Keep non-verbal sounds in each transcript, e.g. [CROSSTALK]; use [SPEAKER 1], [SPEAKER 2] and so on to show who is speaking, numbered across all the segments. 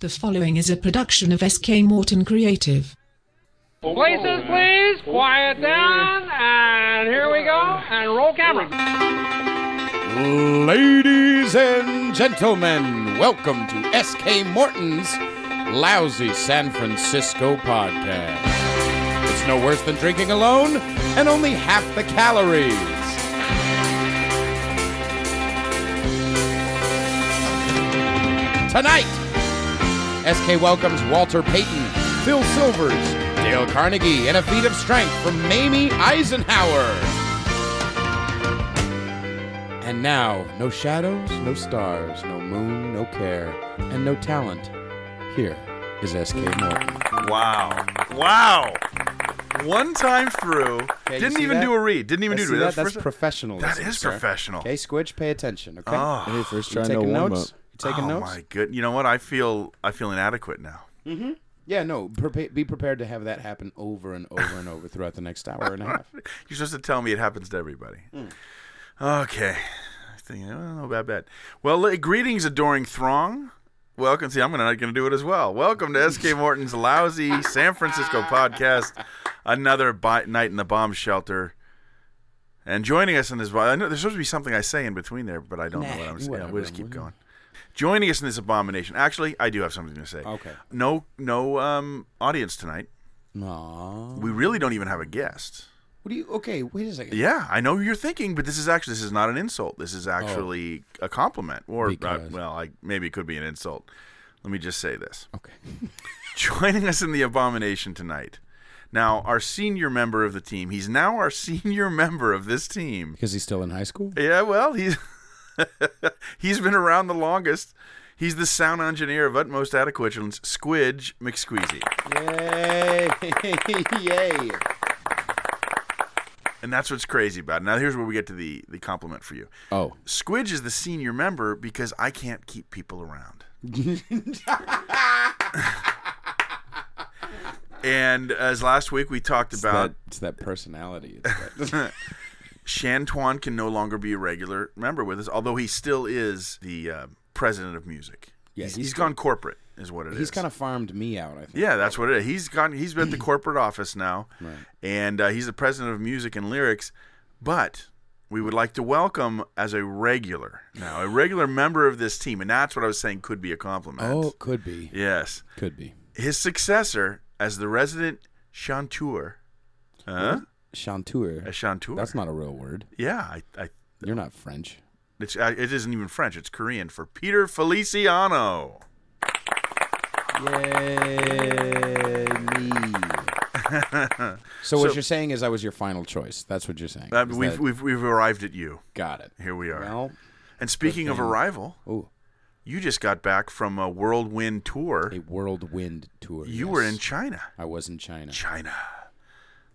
[SPEAKER 1] The following is a production of SK Morton Creative.
[SPEAKER 2] Places, please. Quiet down. And here we go. And roll camera.
[SPEAKER 3] Ladies and gentlemen, welcome to SK Morton's Lousy San Francisco podcast. It's no worse than drinking alone and only half the calories. Tonight, SK welcomes Walter Payton, Phil Silvers, Dale Carnegie, and a feat of strength from Mamie Eisenhower. And now, no shadows, no stars, no moon, no care, and no talent. Here is SK Morton.
[SPEAKER 4] Wow. Wow. One time through.
[SPEAKER 3] you
[SPEAKER 4] didn't
[SPEAKER 3] see
[SPEAKER 4] even
[SPEAKER 3] that?
[SPEAKER 4] do a read. Didn't even
[SPEAKER 3] See
[SPEAKER 4] do a read.
[SPEAKER 3] that? That's
[SPEAKER 4] first-
[SPEAKER 3] professional.
[SPEAKER 4] That is professional.
[SPEAKER 3] Okay, Squidge, pay attention, okay?
[SPEAKER 4] Oh.
[SPEAKER 5] Hey, first
[SPEAKER 3] you
[SPEAKER 5] try, no
[SPEAKER 3] taking
[SPEAKER 5] warm
[SPEAKER 3] notes?
[SPEAKER 5] up.
[SPEAKER 3] You taking
[SPEAKER 4] oh
[SPEAKER 3] notes?
[SPEAKER 4] my good. You know what? I feel I feel inadequate now.
[SPEAKER 3] Yeah, no, prepa- be prepared to have that happen over and over and over throughout the next hour and a half.
[SPEAKER 4] [LAUGHS] You're supposed to tell me it happens to everybody.
[SPEAKER 3] Hmm.
[SPEAKER 4] Okay. I think oh, no bad bad. Well, li- greetings, adoring throng. Welcome. See, I'm gonna- not going to do it as well. Welcome
[SPEAKER 3] [LAUGHS]
[SPEAKER 4] to SK Morton's lousy San Francisco podcast. Another bi- night in the bomb shelter. And joining us in this, I know there's supposed to be something I say in between there, but I don't know what I'm saying.
[SPEAKER 3] whatever,
[SPEAKER 4] we'll just keep
[SPEAKER 3] whatever.
[SPEAKER 4] going. Joining us in this abomination. Actually, I do have something to say.
[SPEAKER 3] Okay.
[SPEAKER 4] No, no um, audience tonight.
[SPEAKER 3] Aww.
[SPEAKER 4] We really don't even have a guest.
[SPEAKER 3] What do you, okay, wait a second.
[SPEAKER 4] Yeah, I know who you're thinking, but this is actually this is not an insult. This is actually a compliment, or uh,
[SPEAKER 3] Because-
[SPEAKER 4] well, I, maybe it could be an insult. Let me just say this: [LAUGHS]
[SPEAKER 3] Okay.
[SPEAKER 4] joining us in the abomination tonight. Now, our senior member of the team. He's now our [LAUGHS] senior member of this team.
[SPEAKER 3] Because he's still in high school?
[SPEAKER 4] Yeah, well, he's [LAUGHS] he's been around the longest. He's the sound engineer of utmost adequations, Squidge McSqueezy,
[SPEAKER 3] Yay!
[SPEAKER 4] [LAUGHS]
[SPEAKER 3] Yay!
[SPEAKER 4] and that's what's crazy about it. Now, here's where we get to the the compliment for you.
[SPEAKER 3] Oh.
[SPEAKER 4] Squidge is the senior member because I can't keep people around. and as last week we talked about,
[SPEAKER 3] That- it's that personality.
[SPEAKER 4] [LAUGHS]
[SPEAKER 3] It's that-
[SPEAKER 4] Shantuan can no longer be a regular member with us, although he still is the uh, president of music.
[SPEAKER 3] Yeah,
[SPEAKER 4] he's,
[SPEAKER 3] he's
[SPEAKER 4] he's gone corporate, is what it is.
[SPEAKER 3] he's kind of farmed me out, I think.
[SPEAKER 4] Yeah, that's what it is. He's gone.
[SPEAKER 3] [CLEARS THROAT]
[SPEAKER 4] He's been at the corporate office now, and uh, he's the president of music and lyrics. But we would like to welcome as a regular now, a regular member of this team, and that's what I was saying could be a compliment.
[SPEAKER 3] Oh, could be.
[SPEAKER 4] yes,
[SPEAKER 3] Could be.
[SPEAKER 4] his successor as the resident chanteur. Huh?
[SPEAKER 3] Chanteur.
[SPEAKER 4] A chanteur.
[SPEAKER 3] That's not a real word.
[SPEAKER 4] Yeah, I, I,
[SPEAKER 3] You're not French.
[SPEAKER 4] it's, I, it isn't even French. It's Korean for Peter Feliciano. [LAUGHS]
[SPEAKER 3] Yay, me. so, what you're saying is I was your final choice. That's what you're saying.
[SPEAKER 4] Uh,
[SPEAKER 3] Is
[SPEAKER 4] we've,
[SPEAKER 3] that-
[SPEAKER 4] we've we've arrived at you.
[SPEAKER 3] got it.
[SPEAKER 4] Here we are.
[SPEAKER 3] Well,
[SPEAKER 4] and speaking of arrival,
[SPEAKER 3] oh,
[SPEAKER 4] you just got back from a whirlwind tour.
[SPEAKER 3] a whirlwind tour.
[SPEAKER 4] You were
[SPEAKER 3] yes.
[SPEAKER 4] in China.
[SPEAKER 3] I was in China.
[SPEAKER 4] China.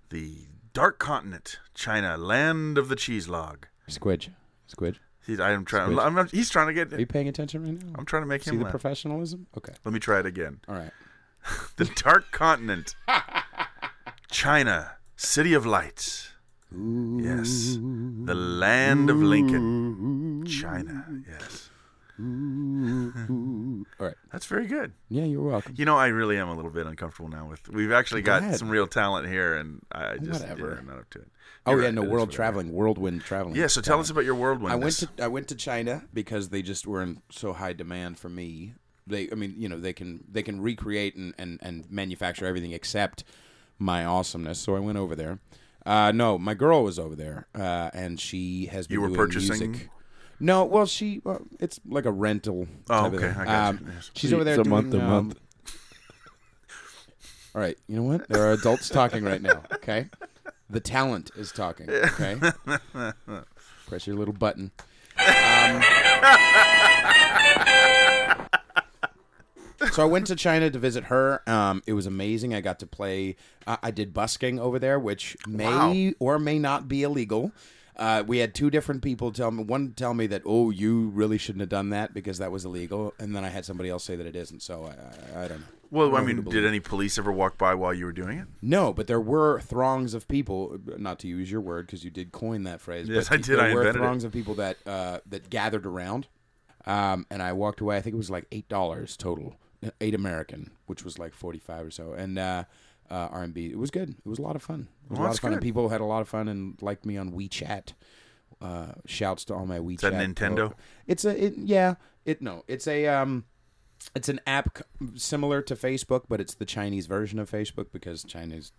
[SPEAKER 4] The dark continent, China, land of the cheese log.
[SPEAKER 3] Squidge. Squidge.
[SPEAKER 4] He's, I'm trying.
[SPEAKER 3] Squid.
[SPEAKER 4] I'm not, he's trying to
[SPEAKER 3] Are you
[SPEAKER 4] get.
[SPEAKER 3] paying attention right now?
[SPEAKER 4] I'm trying to make
[SPEAKER 3] See
[SPEAKER 4] him
[SPEAKER 3] the
[SPEAKER 4] laugh.
[SPEAKER 3] professionalism? Okay.
[SPEAKER 4] Let me try it again.
[SPEAKER 3] All right.
[SPEAKER 4] The
[SPEAKER 3] [LAUGHS]
[SPEAKER 4] dark continent, China, city of lights. Yes, the land of Lincoln, China. Yes, [LAUGHS]
[SPEAKER 3] All right.
[SPEAKER 4] that's very good.
[SPEAKER 3] Yeah, you're welcome.
[SPEAKER 4] You know, I really am a little bit uncomfortable now. With we've actually got
[SPEAKER 3] Glad.
[SPEAKER 4] some real talent here, and I just
[SPEAKER 3] Whatever.
[SPEAKER 4] yeah, I'm not up to it.
[SPEAKER 3] Oh
[SPEAKER 4] You're
[SPEAKER 3] yeah,
[SPEAKER 4] right,
[SPEAKER 3] no
[SPEAKER 4] it is
[SPEAKER 3] world
[SPEAKER 4] whatever.
[SPEAKER 3] traveling, whirlwind traveling.
[SPEAKER 4] Yeah, so tell us about your world
[SPEAKER 3] I
[SPEAKER 4] win.
[SPEAKER 3] went to I went to China because they just were in so high demand for me. They, I mean, you know, they can they can recreate and and, and manufacture everything except my awesomeness. So I went over there. Uh, no, my girl was over there, uh, and she has been
[SPEAKER 4] You were
[SPEAKER 3] doing
[SPEAKER 4] purchasing?
[SPEAKER 3] music. No, well, she well, it's like a rental.
[SPEAKER 4] Oh,
[SPEAKER 3] type of
[SPEAKER 4] okay,
[SPEAKER 3] thing.
[SPEAKER 4] I got
[SPEAKER 3] um,
[SPEAKER 4] you. Yes.
[SPEAKER 3] She's over there
[SPEAKER 5] It's a
[SPEAKER 3] doing,
[SPEAKER 5] month to
[SPEAKER 3] um, [LAUGHS]
[SPEAKER 5] month.
[SPEAKER 3] All right, you know what? There are adults talking right now. Okay, the talent is talking. Okay, press your little button. Um, so I went to China to visit her. Um, it was amazing. I got to play. Uh, I did busking over there, which may
[SPEAKER 4] Wow.
[SPEAKER 3] or may not be illegal. Uh, we had two different people tell me one tell me that oh you really shouldn't have done that because that was illegal, and then I had somebody else say that it isn't. So I, I, I don't know.
[SPEAKER 4] Well, I
[SPEAKER 3] who to
[SPEAKER 4] mean,
[SPEAKER 3] believe.
[SPEAKER 4] did any police ever walk by while you were doing it?
[SPEAKER 3] No, but there were throngs of people. Not to use your word because you did coin that phrase.
[SPEAKER 4] Yes,
[SPEAKER 3] but
[SPEAKER 4] I did.
[SPEAKER 3] There
[SPEAKER 4] I
[SPEAKER 3] were
[SPEAKER 4] invented it.
[SPEAKER 3] throngs of people that uh, that gathered around, um, and I walked away. I think it was like eight dollars total eight American, which was like forty five or so, and uh, uh, R and B. It was good. It was a lot of fun. It was
[SPEAKER 4] Well,
[SPEAKER 3] a lot
[SPEAKER 4] that's
[SPEAKER 3] of fun. And
[SPEAKER 4] good.
[SPEAKER 3] people had a lot of fun and liked me on WeChat. Uh, shouts to all my WeChat.
[SPEAKER 4] that Nintendo?
[SPEAKER 3] Oh, it's a it, yeah. It no. It's a um. It's an app c- similar to Facebook, but it's the Chinese version of Facebook because Chinese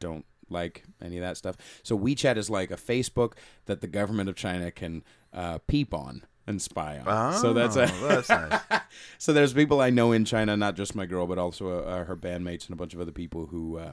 [SPEAKER 3] don't like any of that stuff. So WeChat is like a Facebook that the government of China can uh, peep on and spy on.
[SPEAKER 4] Oh,
[SPEAKER 3] so that's a
[SPEAKER 4] well, that's nice.
[SPEAKER 3] [LAUGHS] so there's people I know in China, not just my girl, but also uh, her bandmates and a bunch of other people who uh,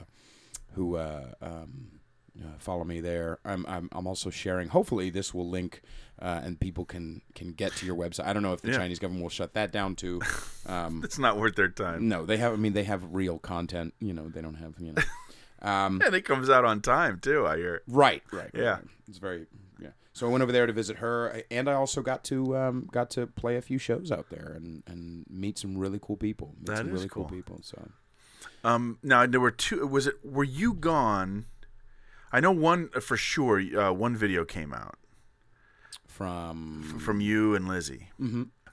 [SPEAKER 3] who uh, um, uh, follow me there. I'm, I'm I'm also sharing. Hopefully, this will link uh, and people can can get to your website. I don't know if the
[SPEAKER 4] Yeah.
[SPEAKER 3] Chinese government will shut that down too. Um,
[SPEAKER 4] It's not worth their time.
[SPEAKER 3] no, they have. I mean, they have real content. You know, they don't have. You
[SPEAKER 4] [LAUGHS]
[SPEAKER 3] know, um,
[SPEAKER 4] And it comes out on time too. I hear.
[SPEAKER 3] right, right, right,
[SPEAKER 4] Yeah.
[SPEAKER 3] right. It's very yeah. So I went over there to visit her, I- and I also got to um, got to play a few shows out there and, and meet some really cool people. Meet
[SPEAKER 4] That
[SPEAKER 3] some
[SPEAKER 4] is
[SPEAKER 3] really cool
[SPEAKER 4] cool.
[SPEAKER 3] people. So
[SPEAKER 4] Um, now there were two. Was it? Were you gone? I know one uh, for sure. Uh, one video came out
[SPEAKER 3] from
[SPEAKER 4] from you and Lizzie.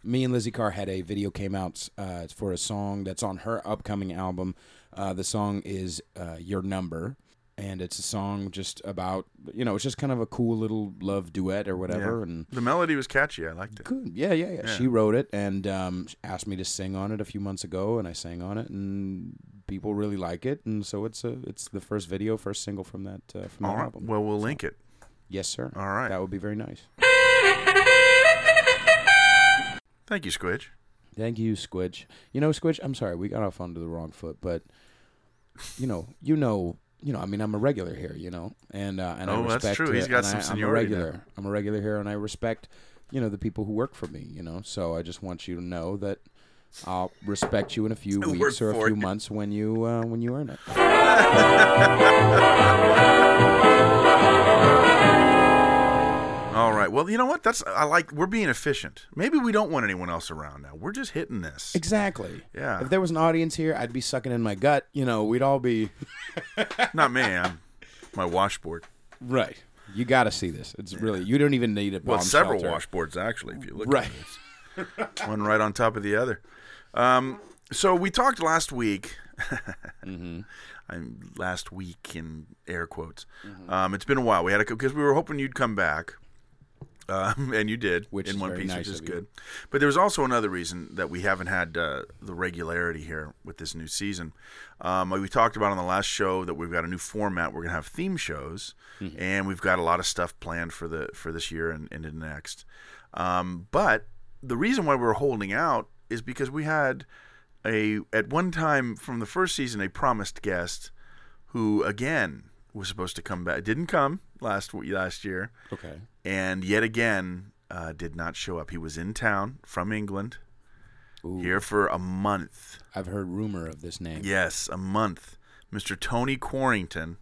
[SPEAKER 3] me and Lizzie Carr had a video came out uh, for a song that's on her upcoming album. Uh, the song is uh, "Your Number," and it's a song just about you know it's just kind of a cool little love duet or whatever. And
[SPEAKER 4] The melody was catchy. I liked it.
[SPEAKER 3] good, yeah, yeah, yeah. She wrote it and um, asked me to sing on it a few months ago, and I sang on it, and people really like it, and so it's a it's the first video, first single from that uh, from
[SPEAKER 4] All
[SPEAKER 3] that
[SPEAKER 4] right.
[SPEAKER 3] album.
[SPEAKER 4] Well, we'll link it.
[SPEAKER 3] yes, sir.
[SPEAKER 4] All right.
[SPEAKER 3] that would be very nice.
[SPEAKER 4] Thank you, Squidge.
[SPEAKER 3] Thank you, Squidge. You know, Squidge, I'm sorry, we got off onto the wrong foot, but you know, you know, you know, I mean, I'm a regular here, you know, and uh, and I
[SPEAKER 4] Oh,
[SPEAKER 3] respect.
[SPEAKER 4] that's true. He's
[SPEAKER 3] it,
[SPEAKER 4] got
[SPEAKER 3] and
[SPEAKER 4] some
[SPEAKER 3] I, I'm a
[SPEAKER 4] seniority now.
[SPEAKER 3] regular. I'm a regular here, and I respect, you know, the people who work for me, you know. So I just want you to know that I'll respect you in a few
[SPEAKER 4] Who
[SPEAKER 3] weeks
[SPEAKER 4] [LAUGHS] work
[SPEAKER 3] or a
[SPEAKER 4] for
[SPEAKER 3] few
[SPEAKER 4] you.
[SPEAKER 3] months when you uh, when you earn it.
[SPEAKER 4] All right. Well, you know what? That's I like. We're being efficient. Maybe we don't want anyone else around now. We're just hitting this.
[SPEAKER 3] Exactly.
[SPEAKER 4] Yeah.
[SPEAKER 3] If there was an audience here, I'd be sucking in my gut. You know, we'd all
[SPEAKER 4] [LAUGHS]
[SPEAKER 3] be
[SPEAKER 4] Not me. I'm my washboard.
[SPEAKER 3] right. You got to see this. It's really you don't even need a bomb
[SPEAKER 4] Well, several
[SPEAKER 3] shelter.
[SPEAKER 4] washboards actually. If you look [LAUGHS]
[SPEAKER 3] Right.
[SPEAKER 4] one right on top of the other. Um, so we talked last week.
[SPEAKER 3] Mm-hmm.
[SPEAKER 4] [LAUGHS] I'm last week in air quotes.
[SPEAKER 3] Mm-hmm.
[SPEAKER 4] Um, it's been a while. We had a because we were hoping you'd come back, um, [LAUGHS] and you did
[SPEAKER 3] Which
[SPEAKER 4] in
[SPEAKER 3] is
[SPEAKER 4] one
[SPEAKER 3] very
[SPEAKER 4] piece,
[SPEAKER 3] nice
[SPEAKER 4] which is
[SPEAKER 3] of you.
[SPEAKER 4] good. But there was also another reason that we haven't had uh, the regularity here with this new season. Um, we talked about on the last show that we've got a new format. We're gonna have theme shows,
[SPEAKER 3] Mm-hmm.
[SPEAKER 4] and we've got a lot of stuff planned for the for this year and into the next. Um, but the reason why we're holding out is because we had a at one time from the first season a promised guest who again was supposed to come back didn't come last last year
[SPEAKER 3] Okay.
[SPEAKER 4] and yet again uh, did not show up. He was in town from England
[SPEAKER 3] Ooh.
[SPEAKER 4] here for a month.
[SPEAKER 3] I've heard rumor of this name.
[SPEAKER 4] Yes, a month. Mr. Tony Quarrington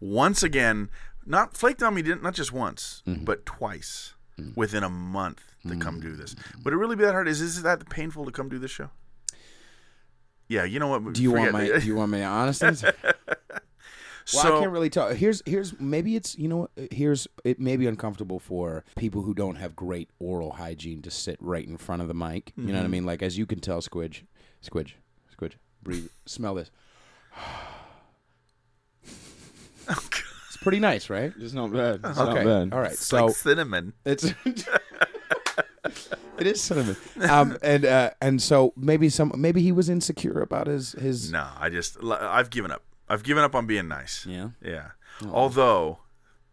[SPEAKER 4] once again not flaked on me didn't not just once
[SPEAKER 3] Mm-hmm.
[SPEAKER 4] but twice within a month to come do this. Would it really be that hard? Is is that painful to come do this show? Yeah, you know what?
[SPEAKER 3] Do you want my
[SPEAKER 4] forget-
[SPEAKER 3] Do you want my honest
[SPEAKER 4] [LAUGHS]
[SPEAKER 3] answer? Well,
[SPEAKER 4] so
[SPEAKER 3] I can't really tell. Here's here's maybe it's you know what, uh, here's it may be uncomfortable for people who don't have great oral hygiene to sit right in front of the mic. You know
[SPEAKER 4] Mm-hmm.
[SPEAKER 3] what I mean? Like as you can tell, Squidge, Squidge, Squidge, breathe, smell
[SPEAKER 4] [SIGHS]
[SPEAKER 3] this.
[SPEAKER 4] Oh,
[SPEAKER 3] It's pretty nice, right? It's not bad. okay. All right.
[SPEAKER 4] it's
[SPEAKER 3] so
[SPEAKER 4] like cinnamon.
[SPEAKER 3] It's [LAUGHS] it is cinnamon. Um, and uh, and so maybe some maybe he was insecure about his his.
[SPEAKER 4] No, I just l- I've given up. I've given up on being nice.
[SPEAKER 3] Yeah. Oh.
[SPEAKER 4] Yeah. Although,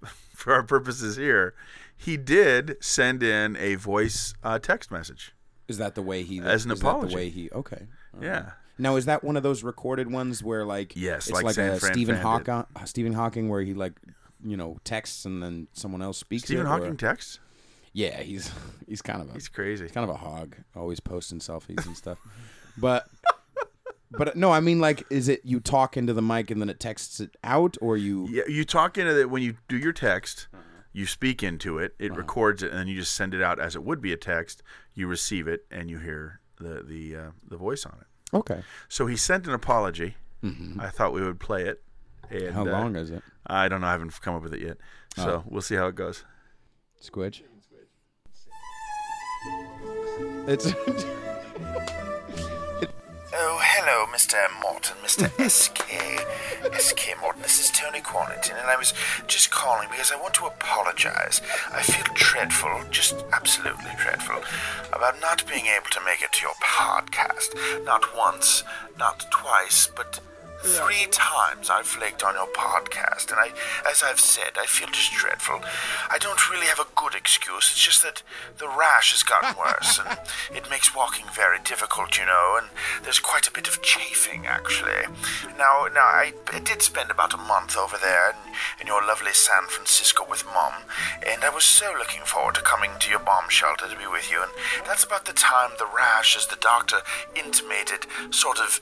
[SPEAKER 4] [LAUGHS] for our purposes here, he did send in a voice uh, text message.
[SPEAKER 3] Is that the way he
[SPEAKER 4] As an
[SPEAKER 3] is that
[SPEAKER 4] apology.
[SPEAKER 3] the way he okay.
[SPEAKER 4] Yeah.
[SPEAKER 3] Now is that one of those recorded ones where like
[SPEAKER 4] Yes,
[SPEAKER 3] it's
[SPEAKER 4] like
[SPEAKER 3] like,
[SPEAKER 4] San
[SPEAKER 3] a
[SPEAKER 4] Fran
[SPEAKER 3] Stephen
[SPEAKER 4] Fan
[SPEAKER 3] Hawking
[SPEAKER 4] did.
[SPEAKER 3] uh, Stephen Hawking where he like you know texts and then someone else speaks.
[SPEAKER 4] Stephen
[SPEAKER 3] it, or-
[SPEAKER 4] Hawking text.
[SPEAKER 3] yeah, he's [LAUGHS] he's kind of a
[SPEAKER 4] He's crazy.
[SPEAKER 3] He's kind of a hog, always posting selfies and
[SPEAKER 4] [LAUGHS]
[SPEAKER 3] stuff. But but no, I mean like is it you talk into the mic and then it texts it out or you
[SPEAKER 4] Yeah. You talk into that when you do your text.
[SPEAKER 3] Uh-huh.
[SPEAKER 4] You speak into it. It records it, and then you just send it out as it would be a text. You receive it, and you hear the the uh, the voice on it.
[SPEAKER 3] Okay.
[SPEAKER 4] So he sent an apology. I thought we would play it. And,
[SPEAKER 3] Mm-hmm. How
[SPEAKER 4] uh,
[SPEAKER 3] long is it? Oh.
[SPEAKER 4] I don't know. I haven't come up with it yet. So we'll see how it goes.
[SPEAKER 3] Squidge. It's
[SPEAKER 6] [LAUGHS]
[SPEAKER 7] Hey,
[SPEAKER 4] Oh, hello, Mr. Morton, [LAUGHS] Mr. SK. SK Morton, this is Tony Cornington, and I was just calling because I want to apologize. I feel dreadful, just absolutely dreadful, about not being able to make it to your podcast. Not once, not twice, but Three times I've flaked on your podcast, and I, as I've said, I feel just dreadful. I don't really have a good excuse. It's just that the rash has gotten worse, and it makes walking very difficult, you know. And there's quite a bit of chafing, actually. Now, now I, I did spend about a month over there in, in your lovely San Francisco with Mom, and I was so looking forward to coming to your bomb shelter to be with you. And that's about the time the rash, as the doctor intimated, sort of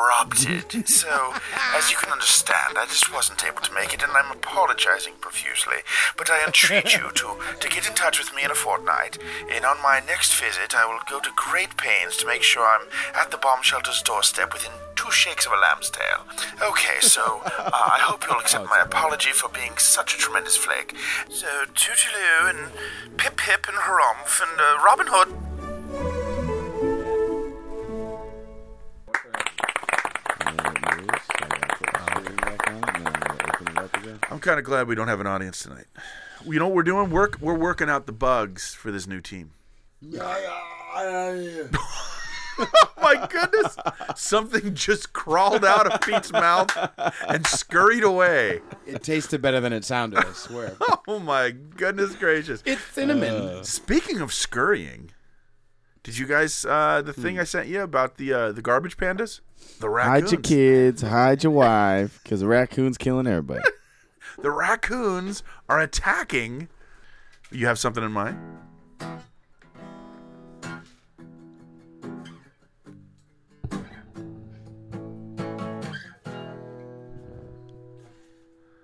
[SPEAKER 4] erupted. So, as you can understand, I just wasn't able to make it, and I'm apologizing profusely. But I entreat you to, to get in touch with me in a fortnight, and on my next visit, I will go to great pains to make sure I'm at the bomb shelter's doorstep within two shakes of a lamb's tail. Okay, so uh, I hope you'll accept my apology for being such a tremendous flake. So, toodaloo, and pip pip, and harumph, and uh, Robin Hood.
[SPEAKER 5] I'm kind of glad we don't have an audience tonight. You know what we're doing? Work. We're working out the bugs for this new team. My goodness! Something just crawled out of Pete's mouth and scurried away.
[SPEAKER 6] It tasted better than it sounded, I swear.
[SPEAKER 5] Oh my goodness gracious!
[SPEAKER 6] it's cinnamon.
[SPEAKER 8] Uh,
[SPEAKER 5] Speaking of scurrying, did you guys uh, the thing I sent you about the uh, the garbage pandas? The
[SPEAKER 8] Hide
[SPEAKER 5] raccoons.
[SPEAKER 8] your kids, hide your wife, because the raccoon's killing everybody.
[SPEAKER 5] The raccoons are attacking. You have something in mind?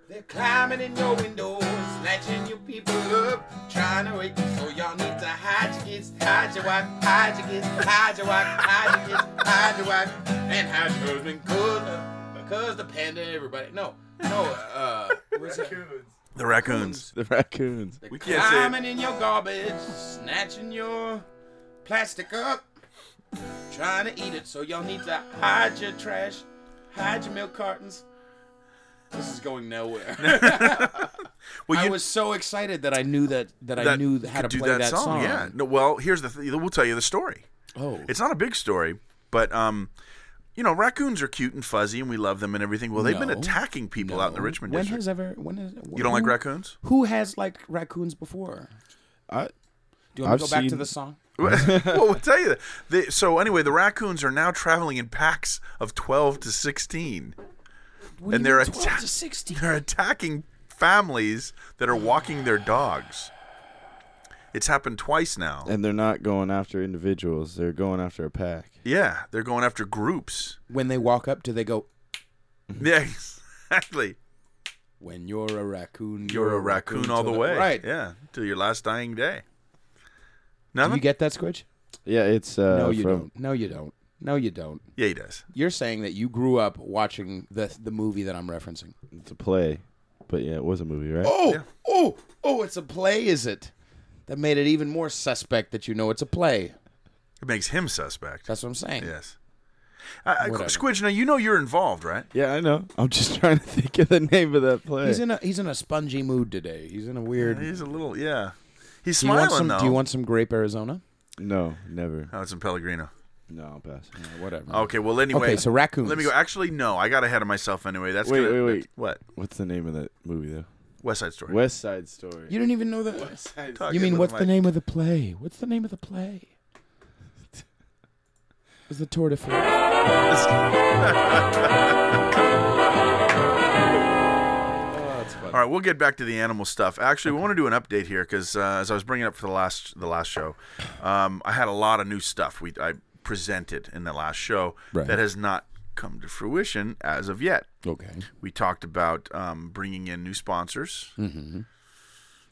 [SPEAKER 9] They're climbing in your windows, snatching your people up, trying to wake you. So y'all need to hide your kids, hide your wife, hide your kids, hide your wife, hide your kids, hide your wife, and hide your husband, cause, uh, because the panda, everybody. No, no, uh, what's that?
[SPEAKER 5] The raccoons.
[SPEAKER 8] the raccoons.
[SPEAKER 5] We can't say. it.
[SPEAKER 9] climbing in your garbage, snatching your plastic up, trying to eat it. So y'all need to hide your trash, hide your milk cartons. This is going
[SPEAKER 3] [LAUGHS]
[SPEAKER 9] nowhere.
[SPEAKER 5] Well,
[SPEAKER 3] I
[SPEAKER 5] you
[SPEAKER 3] was so excited that I knew that that, I
[SPEAKER 5] that
[SPEAKER 3] knew how to
[SPEAKER 5] could do
[SPEAKER 3] play that, song.
[SPEAKER 5] Yeah. No. Well, here's the. Th- we'll tell you the story.
[SPEAKER 3] Oh.
[SPEAKER 5] It's not a big story, but um, you know, raccoons are cute and fuzzy, and we love them and everything. Well, they've been
[SPEAKER 3] No.
[SPEAKER 5] attacking people out in the
[SPEAKER 3] No.
[SPEAKER 5] Richmond
[SPEAKER 3] when
[SPEAKER 5] district.
[SPEAKER 3] has ever when is
[SPEAKER 5] you don't like
[SPEAKER 3] who-
[SPEAKER 5] raccoons?
[SPEAKER 3] Who has liked raccoons before?
[SPEAKER 8] I,
[SPEAKER 3] Do you want me
[SPEAKER 8] I've
[SPEAKER 3] to go back to
[SPEAKER 8] seen-
[SPEAKER 3] the song?
[SPEAKER 5] [LAUGHS] well, we'll tell you that. They, so anyway, the raccoons are now traveling in packs of twelve to sixteen,
[SPEAKER 3] What
[SPEAKER 5] and
[SPEAKER 3] do you
[SPEAKER 5] they're
[SPEAKER 3] mean 12
[SPEAKER 5] atta-
[SPEAKER 3] to 60?
[SPEAKER 5] they're attacking families that are walking their dogs. It's happened twice now.
[SPEAKER 8] and they're not going after individuals; they're going after a pack.
[SPEAKER 5] yeah, they're going after groups.
[SPEAKER 3] When they walk up, do they go? Mm-hmm.
[SPEAKER 5] [LAUGHS] Yeah, exactly.
[SPEAKER 6] When you're a raccoon,
[SPEAKER 5] You're a raccoon all the
[SPEAKER 6] till
[SPEAKER 5] way.
[SPEAKER 3] Right.
[SPEAKER 5] Yeah, till your last dying day.
[SPEAKER 3] Do
[SPEAKER 5] Nothing?
[SPEAKER 3] you get that, Squidge?
[SPEAKER 8] Yeah, it's uh,
[SPEAKER 3] no, you
[SPEAKER 8] from
[SPEAKER 3] don't. No, you don't. No, you don't.
[SPEAKER 5] yeah, he does.
[SPEAKER 3] You're saying that you grew up watching the the movie that I'm referencing.
[SPEAKER 8] it's a play, but yeah, it was a movie, right?
[SPEAKER 3] Oh, oh, oh! It's a play, is it? That made it even more suspect that you know it's a play.
[SPEAKER 5] It makes him suspect.
[SPEAKER 3] That's what I'm saying.
[SPEAKER 5] yes. I, I,
[SPEAKER 3] Whatever.
[SPEAKER 5] Squidge, now you know you're involved, right?
[SPEAKER 8] Yeah, I know. I'm just [LAUGHS] trying to think of the name of that play.
[SPEAKER 3] He's in a he's in a spongy mood today. He's in a weird.
[SPEAKER 5] He's a little, yeah. He's
[SPEAKER 3] do you
[SPEAKER 5] smiling
[SPEAKER 3] want some?
[SPEAKER 5] though.
[SPEAKER 3] Do you want some grape Arizona?
[SPEAKER 8] no, never.
[SPEAKER 5] Oh, it's in Pellegrino.
[SPEAKER 8] No,
[SPEAKER 3] [LAUGHS]
[SPEAKER 8] I'll pass.
[SPEAKER 3] Whatever.
[SPEAKER 5] Okay, well anyway.
[SPEAKER 3] Oh. Okay, so raccoons.
[SPEAKER 5] Let me go. Actually, no, I got ahead of myself anyway. That's
[SPEAKER 8] Wait,
[SPEAKER 5] gonna,
[SPEAKER 8] wait, wait.
[SPEAKER 5] What?
[SPEAKER 8] What's the name of that movie though?
[SPEAKER 5] West Side Story.
[SPEAKER 8] West Side Story.
[SPEAKER 3] You didn't even know that. [LAUGHS]
[SPEAKER 8] Side
[SPEAKER 5] Talking
[SPEAKER 3] You mean
[SPEAKER 5] with
[SPEAKER 3] what's
[SPEAKER 5] my-
[SPEAKER 3] the name of the play? What's the name of the play? Is the Tour de France?
[SPEAKER 5] All right, we'll get back to the animal stuff. Actually, we want to do an update here because uh, as I was bringing up for the last the last show, um, I had a lot of new stuff we I presented in the last show
[SPEAKER 3] Right.
[SPEAKER 5] that has not come to fruition as of yet.
[SPEAKER 3] Okay.
[SPEAKER 5] We talked about um, bringing in new sponsors.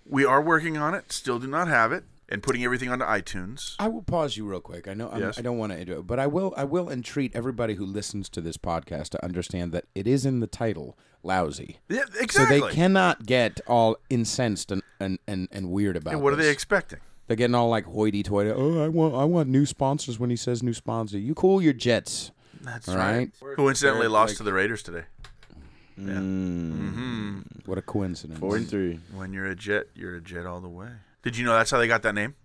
[SPEAKER 5] We are working on it. Still do not have it, and putting everything onto iTunes.
[SPEAKER 3] I will pause you real quick. I know I'm,
[SPEAKER 5] Yes.
[SPEAKER 3] I don't want to do it, but I will. I will entreat everybody who listens to this podcast to understand that it is in the title, lousy.
[SPEAKER 5] Yeah, exactly.
[SPEAKER 3] So they cannot get all incensed and and and, and weird about.
[SPEAKER 5] And what are
[SPEAKER 3] this.
[SPEAKER 5] they expecting?
[SPEAKER 3] They're getting all like hoity-toity. Oh, I want I want new sponsors when he says new sponsor. You cool your jets.
[SPEAKER 5] That's
[SPEAKER 3] All right.
[SPEAKER 5] Who incidentally
[SPEAKER 3] They're
[SPEAKER 5] lost
[SPEAKER 3] like-
[SPEAKER 5] to the Raiders today.
[SPEAKER 3] What a coincidence.
[SPEAKER 8] Four and three.
[SPEAKER 5] When you're a Jet, you're a Jet all the way. Did you know that's how they got that name?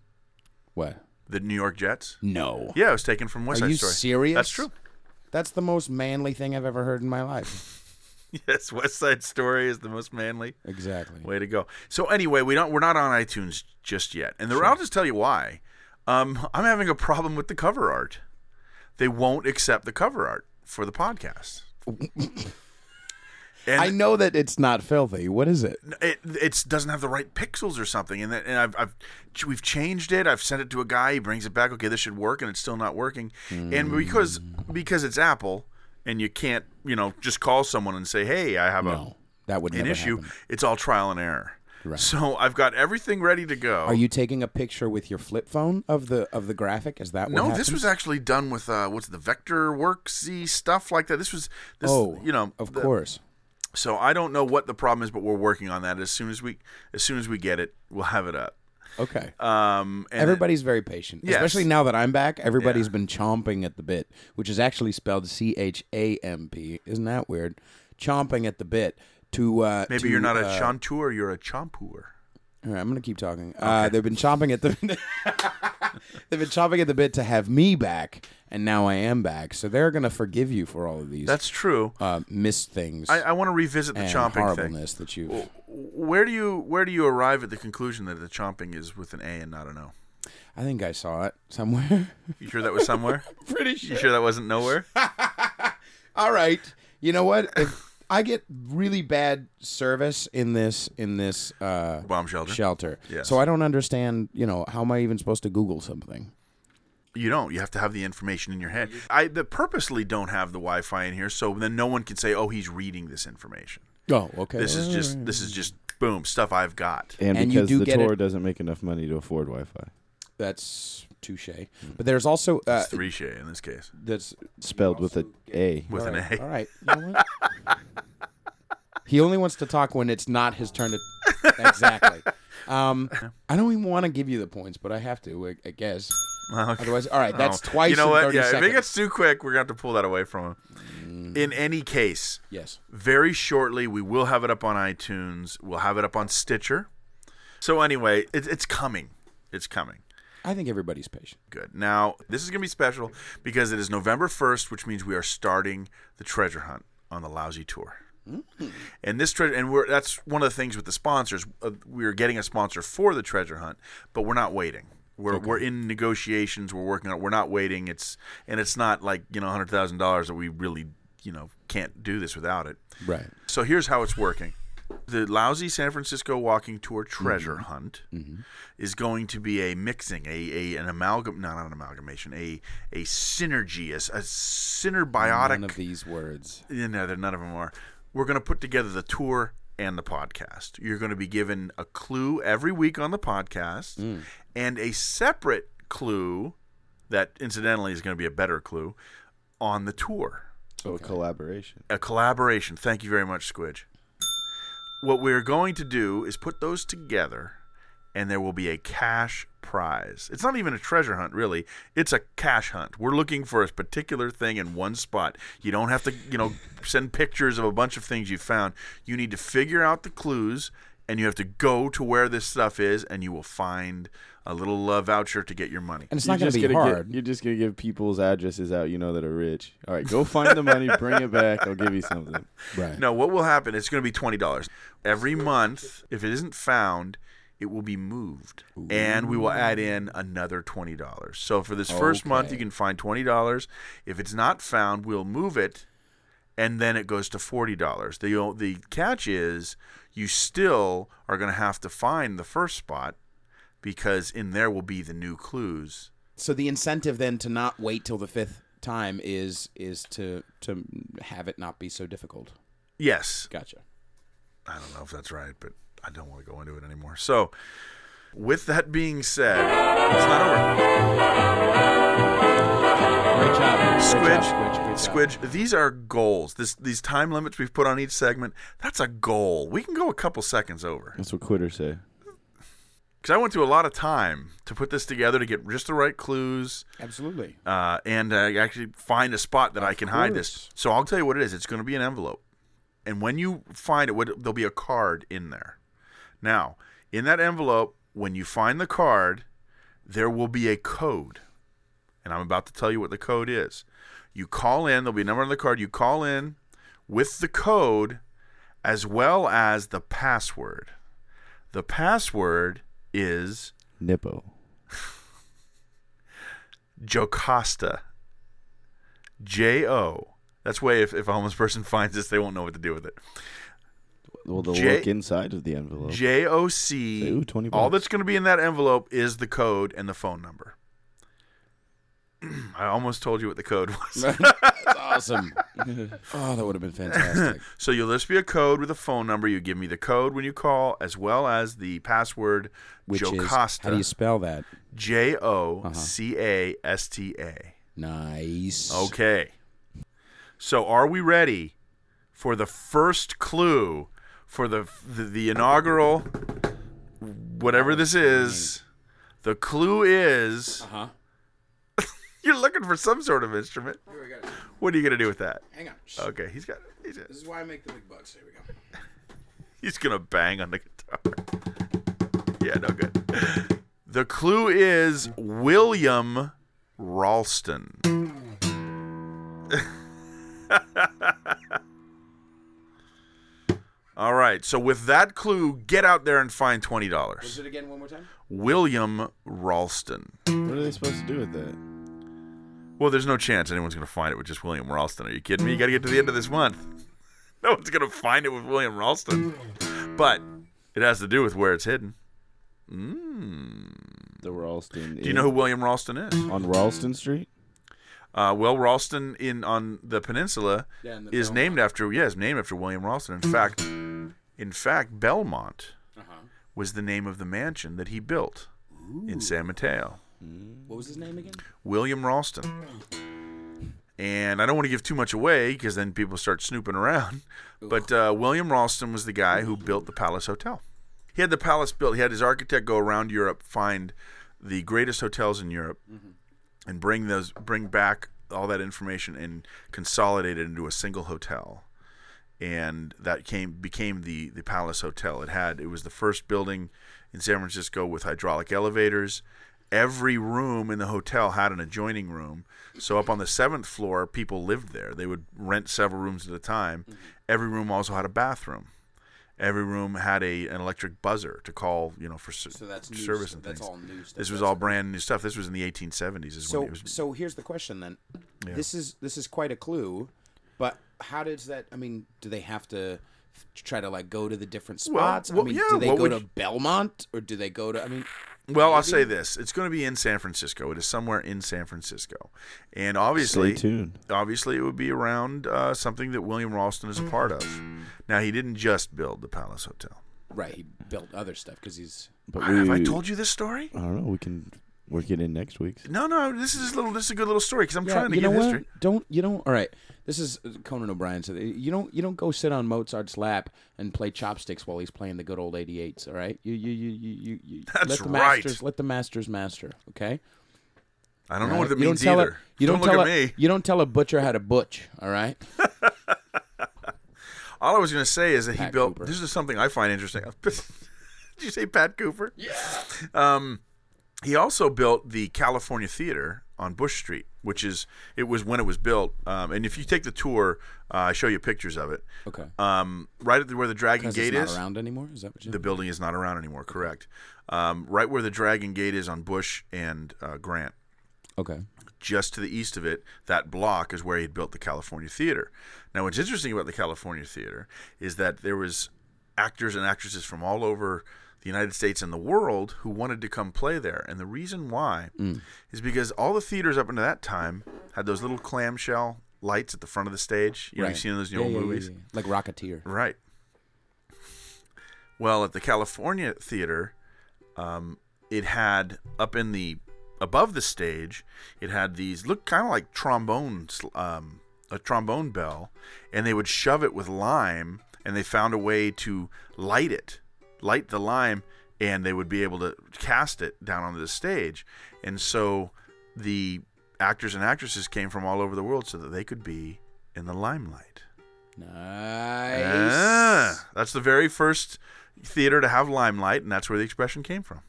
[SPEAKER 3] What?
[SPEAKER 5] The New York Jets?
[SPEAKER 3] No.
[SPEAKER 5] Yeah, it was taken from West
[SPEAKER 3] Are
[SPEAKER 5] Side
[SPEAKER 3] you
[SPEAKER 5] Story.
[SPEAKER 3] serious?
[SPEAKER 5] That's true. [LAUGHS]
[SPEAKER 3] That's the most manly thing I've ever heard in my life.
[SPEAKER 5] Yes, West Side Story is the most manly.
[SPEAKER 3] Exactly.
[SPEAKER 5] Way to go. So anyway, we don't we're not on iTunes just yet. And the, I'll just tell you why. Um, I'm having a problem with the cover art. They won't accept the cover art for
[SPEAKER 3] [LAUGHS]
[SPEAKER 5] the podcast. and
[SPEAKER 3] I know that it's not filthy. What is it?
[SPEAKER 5] it it's doesn't have the right pixels or something, and that, and I've, I've ch- we've changed it. I've sent it to a guy. He brings it back. Okay, this should work, and it's still not working. And because
[SPEAKER 3] Hmm.
[SPEAKER 5] because it's Apple, and you can't you know just call someone and say, hey, I have
[SPEAKER 3] No, that would
[SPEAKER 5] a an
[SPEAKER 3] never
[SPEAKER 5] issue.
[SPEAKER 3] happen.
[SPEAKER 5] It's all trial and error.
[SPEAKER 3] Right.
[SPEAKER 5] So I've got everything ready to go.
[SPEAKER 3] Are you taking a picture with your flip phone of the of the graphic? Is that what
[SPEAKER 5] no, this was
[SPEAKER 3] happens?
[SPEAKER 5] actually done with uh, what's the vector worksy stuff like that. This was this
[SPEAKER 3] oh
[SPEAKER 5] you know
[SPEAKER 3] of
[SPEAKER 5] the-
[SPEAKER 3] course
[SPEAKER 5] So I don't know what the problem is, but we're working on that. As soon as we as soon as we get it, we'll have it up.
[SPEAKER 3] okay.
[SPEAKER 5] Um, and
[SPEAKER 3] Everybody's very patient,
[SPEAKER 5] Yes.
[SPEAKER 3] especially now that I'm back. Everybody's been chomping at the bit, which is actually spelled C H A M P. Isn't that weird? Chomping at the bit to uh,
[SPEAKER 5] Maybe
[SPEAKER 3] to,
[SPEAKER 5] you're not a
[SPEAKER 3] uh,
[SPEAKER 5] chanteur, you're a chompeur.
[SPEAKER 3] All right, I'm gonna keep talking. Uh, they've been chomping at the [LAUGHS] they've been chomping at the bit to have me back, and now I am back. So they're gonna forgive you for all of these
[SPEAKER 5] That's true.
[SPEAKER 3] uh, missed things
[SPEAKER 5] I, I want to revisit the
[SPEAKER 3] and
[SPEAKER 5] chomping thing.
[SPEAKER 3] horribleness that you've.
[SPEAKER 5] Where do you where do you arrive at the conclusion that the chomping is with an A and not an O?
[SPEAKER 3] I think I saw it somewhere. [LAUGHS]
[SPEAKER 5] You sure that was somewhere?
[SPEAKER 3] Pretty
[SPEAKER 5] You sure that
[SPEAKER 3] [LAUGHS]
[SPEAKER 5] wasn't nowhere?
[SPEAKER 3] all right you know what if i get really bad service in this in this uh
[SPEAKER 5] Bomb shelter.
[SPEAKER 3] shelter
[SPEAKER 5] Yes.
[SPEAKER 3] so i don't understand you know how am i even supposed to google something
[SPEAKER 5] You don't. You have to have the information in your head. I the purposely don't have the Wi-Fi in here, so then no one can say, "Oh, he's reading this information."
[SPEAKER 3] oh okay
[SPEAKER 5] This is just this is just boom stuff I've got.
[SPEAKER 8] And,
[SPEAKER 3] And you
[SPEAKER 8] because
[SPEAKER 3] do
[SPEAKER 8] the
[SPEAKER 3] get
[SPEAKER 8] tour
[SPEAKER 3] it-
[SPEAKER 8] doesn't make enough money to afford Wi-Fi.
[SPEAKER 3] that's touche but there's also uh
[SPEAKER 5] It's three shit in this case
[SPEAKER 3] that's
[SPEAKER 8] Spelled with a A.
[SPEAKER 5] with an A.
[SPEAKER 3] all right you know what? he only wants to talk when it's not his
[SPEAKER 5] [LAUGHS]
[SPEAKER 3] turn to exactly um i don't even want to give you the points but i have to i, I guess otherwise all right that's
[SPEAKER 5] Oh,
[SPEAKER 3] twice
[SPEAKER 5] You know
[SPEAKER 3] in
[SPEAKER 5] what?
[SPEAKER 3] 30
[SPEAKER 5] yeah,
[SPEAKER 3] seconds Mm.
[SPEAKER 5] if it gets too quick, we're gonna have to pull that away from him. In any case,
[SPEAKER 3] yes
[SPEAKER 5] very shortly we will have it up on iTunes. We'll have it up on Stitcher. So anyway, it, it's coming. It's coming.
[SPEAKER 3] i think everybody's patient
[SPEAKER 5] Good. Now this is gonna be special because it is November first, which means we are starting the treasure hunt on the Lousy Tour. And this treasure, and we're that's one of the things with the sponsors. Uh, we're getting a sponsor for the treasure hunt, but we're not waiting. We're, we're in negotiations. We're working on. it. We're not waiting. It's and it's not like you know hundred thousand dollars that we really you know can't do this without it.
[SPEAKER 3] right
[SPEAKER 5] So here's how it's working. The lousy San Francisco Walking Tour Treasure
[SPEAKER 3] Mm-hmm.
[SPEAKER 5] Hunt is going to be a mixing, a, a an amalgam, no, not an amalgamation, a a synergy, a, s- a synerbiotic.
[SPEAKER 3] None of these words.
[SPEAKER 5] Yeah, no, they're none of them are. We're going to put together the tour and the podcast. You're going to be given a clue every week on the podcast
[SPEAKER 3] Mm.
[SPEAKER 5] and a separate clue that incidentally is going to be a better clue on the tour.
[SPEAKER 8] So a collaboration.
[SPEAKER 5] A collaboration. Thank you very much, Squidge. What we're going to do is put those together and there will be a cash prize. It's not even a treasure hunt, really. It's a cash hunt. We're looking for a particular thing in one spot. You don't have to, you know, send pictures of a bunch of things you found. You need to figure out the clues, and you have to go to where this stuff is, and you will find a little uh, voucher to get your money.
[SPEAKER 3] And it's
[SPEAKER 8] You're
[SPEAKER 3] not going
[SPEAKER 8] just
[SPEAKER 3] to be
[SPEAKER 8] gonna
[SPEAKER 3] hard.
[SPEAKER 8] Get, you're just gonna give people's addresses out. You know that are rich. All right, go find the money, bring it back. I'll give you something.
[SPEAKER 3] [LAUGHS] right.
[SPEAKER 5] No, what will happen? It's going to be twenty dollars every month. If it isn't found, it will be moved, and we will add in another twenty dollars. So for this first month, you
[SPEAKER 3] Okay.
[SPEAKER 5] can find twenty dollars. If it's not found, we'll move it, and then it goes to forty dollars. the The catch is you still are going to have to find the first spot because in there will be the new clues.
[SPEAKER 3] So the incentive then to not wait till the fifth time is is to to have it not be so difficult.
[SPEAKER 5] Yes,
[SPEAKER 3] Gotcha.
[SPEAKER 5] I don't know if that's right, but I don't want to go into it anymore. So, with that being said, it's not over.
[SPEAKER 3] Great job.
[SPEAKER 5] Squidge,
[SPEAKER 3] Great job, Squidge. Great job.
[SPEAKER 5] Squidge, these are goals. This these time limits we've put on each segment, that's a goal. We can go a couple seconds over.
[SPEAKER 8] That's what quitters say.
[SPEAKER 5] because I went through a lot of time to put this together to get just the right clues
[SPEAKER 6] Absolutely.
[SPEAKER 5] uh, and uh, actually find a spot that I can hide this. So I'll tell you what it is. It's going to be an envelope, and when you find it, what, there'll be a card in there. Now, in that envelope, when you find the card, there will be a code, and I'm about to tell you what the code is. You call in. There'll be a number on the card. You call in with the code, as well as the password. The password is
[SPEAKER 8] Nippo.
[SPEAKER 5] Jocasta. J O. That's way if, if a homeless person [LAUGHS] finds this, they won't know what to do with it.
[SPEAKER 8] Well, they'll
[SPEAKER 5] J-
[SPEAKER 8] look inside of the envelope.
[SPEAKER 5] J O
[SPEAKER 8] Say,
[SPEAKER 5] C.
[SPEAKER 8] ooh, 20
[SPEAKER 5] All
[SPEAKER 8] bucks.
[SPEAKER 5] that's going to be in that envelope is the code and the phone number. [CLEARS THROAT] I almost told you what the code was.
[SPEAKER 6] [LAUGHS]
[SPEAKER 3] [LAUGHS]
[SPEAKER 6] Awesome. oh, that would have been
[SPEAKER 5] [LAUGHS]
[SPEAKER 6] fantastic.
[SPEAKER 5] so you'll just be a code with a phone number. You give me the code when you call, as well as the password
[SPEAKER 6] Which is how do you Uh-huh.
[SPEAKER 5] Jocasta.
[SPEAKER 6] spell that?
[SPEAKER 5] J O C A S T A.
[SPEAKER 6] Nice.
[SPEAKER 5] Okay. So are we ready for the first clue for the the, the inaugural whatever this is? The clue is
[SPEAKER 6] Uh-huh.
[SPEAKER 5] [LAUGHS] you're looking for some sort of instrument. What are you gonna do with that?
[SPEAKER 6] Hang on. Shh.
[SPEAKER 5] Okay, he's got. He's,
[SPEAKER 6] This is why I make the big bucks. Here we go.
[SPEAKER 5] he's gonna bang on the guitar. Yeah, no good. The clue is William Ralston. [LAUGHS] All right. So with that clue, get out there and find twenty dollars.
[SPEAKER 9] it again one more time?
[SPEAKER 5] William Ralston.
[SPEAKER 8] What are they supposed to do with that?
[SPEAKER 5] Well, there's no chance anyone's going to find it with just William Ralston. Are you kidding me? You got to get to the end of this month. [LAUGHS] No one's going to find it with William Ralston. But it has to do with where it's hidden.
[SPEAKER 8] The Ralston.
[SPEAKER 5] Do you know who William Ralston is?
[SPEAKER 8] on Ralston Street?
[SPEAKER 5] Uh, well, Ralston in on the peninsula is named after yes, named after William Ralston. In fact, in fact, Belmont
[SPEAKER 9] Uh-huh.
[SPEAKER 5] was the name of the mansion that he built in San Mateo.
[SPEAKER 9] Mm. What was his name again?
[SPEAKER 5] William Ralston. And I don't want to give too much away because then people start snooping around. But uh, William Ralston was the guy who built the Palace Hotel. He had the palace built. He had his architect go around Europe, find the greatest hotels in Europe, and bring those, bring back all that information and consolidate it into a single hotel. And that came became the the Palace Hotel. It had it was the first building in San Francisco with hydraulic elevators. Every room in the hotel had an adjoining room. So up on the seventh floor, people lived there. They would rent several rooms at a time.
[SPEAKER 3] Mm-hmm.
[SPEAKER 5] Every room also had a bathroom. Every room had a an electric buzzer to call, you know, for s-
[SPEAKER 3] So that's new
[SPEAKER 5] service
[SPEAKER 3] stuff.
[SPEAKER 5] and
[SPEAKER 3] That's
[SPEAKER 5] things.
[SPEAKER 3] all new stuff.
[SPEAKER 5] This was
[SPEAKER 3] That's-
[SPEAKER 5] all brand new stuff. This was in the 1870s. Is when
[SPEAKER 3] So
[SPEAKER 5] it was
[SPEAKER 3] so here's the question then. This is this is quite a clue, but how does that? I mean, do they have to f- try to like go to the different
[SPEAKER 5] Well,
[SPEAKER 3] spots?
[SPEAKER 5] well,
[SPEAKER 3] I mean,
[SPEAKER 5] yeah,
[SPEAKER 3] do they
[SPEAKER 5] what
[SPEAKER 3] go
[SPEAKER 5] would
[SPEAKER 3] to
[SPEAKER 5] you-
[SPEAKER 3] Belmont or do they go to? I mean,
[SPEAKER 5] Well, I'll say this: it's going to be in San Francisco. It is somewhere in San Francisco, and
[SPEAKER 8] Stay
[SPEAKER 5] obviously,
[SPEAKER 8] tuned.
[SPEAKER 5] obviously, it would be around uh, something that William Ralston is a part of. Now, he didn't just build the Palace Hotel.
[SPEAKER 3] right? He built other stuff because he's
[SPEAKER 8] But
[SPEAKER 5] Have I told you this story?
[SPEAKER 8] I don't know. We can work it in next week's.
[SPEAKER 5] No, no. This is a little. This is a good little story because I'm
[SPEAKER 3] Yeah,
[SPEAKER 5] trying to
[SPEAKER 3] you
[SPEAKER 5] give
[SPEAKER 3] know
[SPEAKER 5] history.
[SPEAKER 3] What? Don't you don't. All right, this is uh, Conan O'Brien said. You don't you don't go sit on Mozart's lap and play chopsticks while he's playing the good old eighty eights. All right, you you you you you. you
[SPEAKER 5] That's
[SPEAKER 3] let the
[SPEAKER 5] right.
[SPEAKER 3] Masters, let the masters master. Okay.
[SPEAKER 5] I don't know
[SPEAKER 3] All
[SPEAKER 5] what
[SPEAKER 3] right?
[SPEAKER 5] it
[SPEAKER 3] You don't
[SPEAKER 5] means
[SPEAKER 3] tell a-
[SPEAKER 5] either.
[SPEAKER 3] you don't, tell
[SPEAKER 5] look
[SPEAKER 3] a,
[SPEAKER 5] at me.
[SPEAKER 3] You don't tell a butcher how to butch. All right.
[SPEAKER 5] All I was going to say is that he
[SPEAKER 3] Pat
[SPEAKER 5] built.
[SPEAKER 3] Cooper.
[SPEAKER 5] This is something I find interesting. [LAUGHS] Did you say Pat Cooper? Yeah. Um, he also built the California Theater on Bush Street, which is it was when it was built. Um, and if you take the tour, uh, I show you pictures of it.
[SPEAKER 3] Okay.
[SPEAKER 5] Um, right at the, where the Dragon
[SPEAKER 3] 'Cause
[SPEAKER 5] Gate
[SPEAKER 3] it's
[SPEAKER 5] is,
[SPEAKER 3] not around anymore. Is that what you?
[SPEAKER 5] the building is not around anymore. Correct. Um, right where the Dragon Gate is on Bush and uh, Grant
[SPEAKER 3] okay.
[SPEAKER 5] just to the east of it, that block is where he had built the California Theater. Now, what's interesting about the California Theater is that there was actors and actresses from all over the United States and the world who wanted to come play there, and the reason why
[SPEAKER 3] Mm.
[SPEAKER 5] is because all the theaters up until that time had those little clamshell lights at the front of the stage. You know,
[SPEAKER 3] Right.
[SPEAKER 5] you've seen those in
[SPEAKER 3] Yeah,
[SPEAKER 5] the old
[SPEAKER 3] yeah, yeah,
[SPEAKER 5] movies,
[SPEAKER 3] yeah. Like Rocketeer.
[SPEAKER 5] right? Well, at the California Theater, um, it had up in the above the stage it had these look kind of like trombones um, a trombone bell and they would shove it with lime and they found a way to light it light the lime and they would be able to cast it down onto the stage. And so the actors and actresses came from all over the world so that they could be in the limelight.
[SPEAKER 3] Nice.
[SPEAKER 5] Ah, that's the very first theater to have limelight, and that's where the expression came from.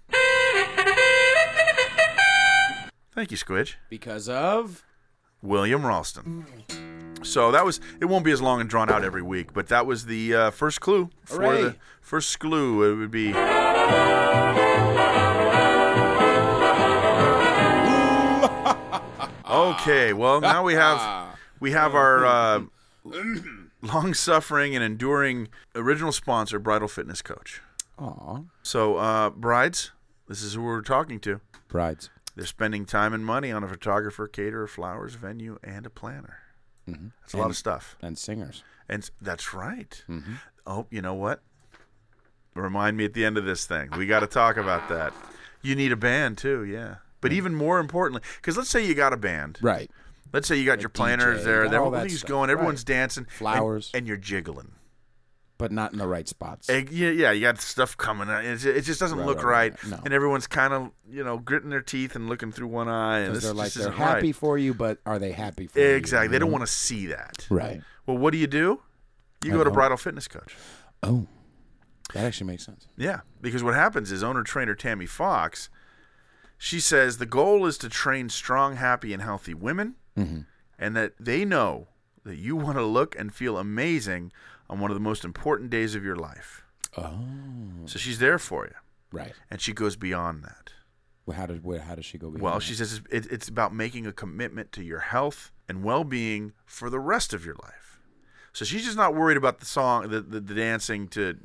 [SPEAKER 5] Thank you, Squidge.
[SPEAKER 3] Because of
[SPEAKER 5] William Ralston. So that was. It won't be as long and drawn out every week, but that was the uh, first clue for
[SPEAKER 3] Hooray.
[SPEAKER 5] the first clue. It
[SPEAKER 3] [LAUGHS]
[SPEAKER 5] would be. okay, well now we have we have our
[SPEAKER 3] [LAUGHS]
[SPEAKER 5] uh, long-suffering and enduring original sponsor, Bridal Fitness Coach.
[SPEAKER 3] aw
[SPEAKER 5] So uh, brides, this is who we're talking to.
[SPEAKER 3] brides.
[SPEAKER 5] They're spending time and money on a photographer, caterer, flowers, venue, and a planner. That's a lot of stuff.
[SPEAKER 3] Mm-hmm. and Mm-hmm. singers.
[SPEAKER 5] And s- that's right. Oh, you know what? Remind me at the end of this thing. We got to talk about that. You need a band too, yeah. But even more importantly, because let's say you got a band.
[SPEAKER 3] Right.
[SPEAKER 5] Let's say you got your planners
[SPEAKER 3] DJ,
[SPEAKER 5] there.
[SPEAKER 3] got
[SPEAKER 5] there-
[SPEAKER 3] all that
[SPEAKER 5] Everything's
[SPEAKER 3] stuff,
[SPEAKER 5] going. Everyone's
[SPEAKER 3] right.
[SPEAKER 5] dancing. and-
[SPEAKER 3] Flowers.
[SPEAKER 5] And, you're jiggling.
[SPEAKER 3] But not in the right spots.
[SPEAKER 5] And, yeah, yeah, you got stuff coming. out. It's, it just doesn't
[SPEAKER 3] Right,
[SPEAKER 5] look
[SPEAKER 3] right,
[SPEAKER 5] right.
[SPEAKER 3] right, no.
[SPEAKER 5] And everyone's kind of, you know, gritting their teeth and looking through one eye. And
[SPEAKER 3] Because
[SPEAKER 5] this
[SPEAKER 3] they're like
[SPEAKER 5] just
[SPEAKER 3] they're
[SPEAKER 5] isn't
[SPEAKER 3] happy
[SPEAKER 5] right.
[SPEAKER 3] for you, but are they happy for you?
[SPEAKER 5] Exactly. They don't want to see that.
[SPEAKER 3] Right.
[SPEAKER 5] Well, what do you do? You go to
[SPEAKER 3] don't.
[SPEAKER 5] bridal fitness coach.
[SPEAKER 3] Oh, that actually makes sense.
[SPEAKER 5] Yeah, because what happens is owner trainer Tammy Fox, she says the goal is to train strong, happy, and healthy women, and that they know that you [LAUGHS] want to look and feel amazing on one of the most important days of your life.
[SPEAKER 3] Oh,
[SPEAKER 5] So she's there for you,
[SPEAKER 3] right.
[SPEAKER 5] and she goes beyond that.
[SPEAKER 3] Well, how did where, how does she go? beyond
[SPEAKER 5] Well,
[SPEAKER 3] that?
[SPEAKER 5] she says it's- it, it's about making a commitment to your health and well-being for the rest of your life. So she's just not worried about the song, the the, the dancing. To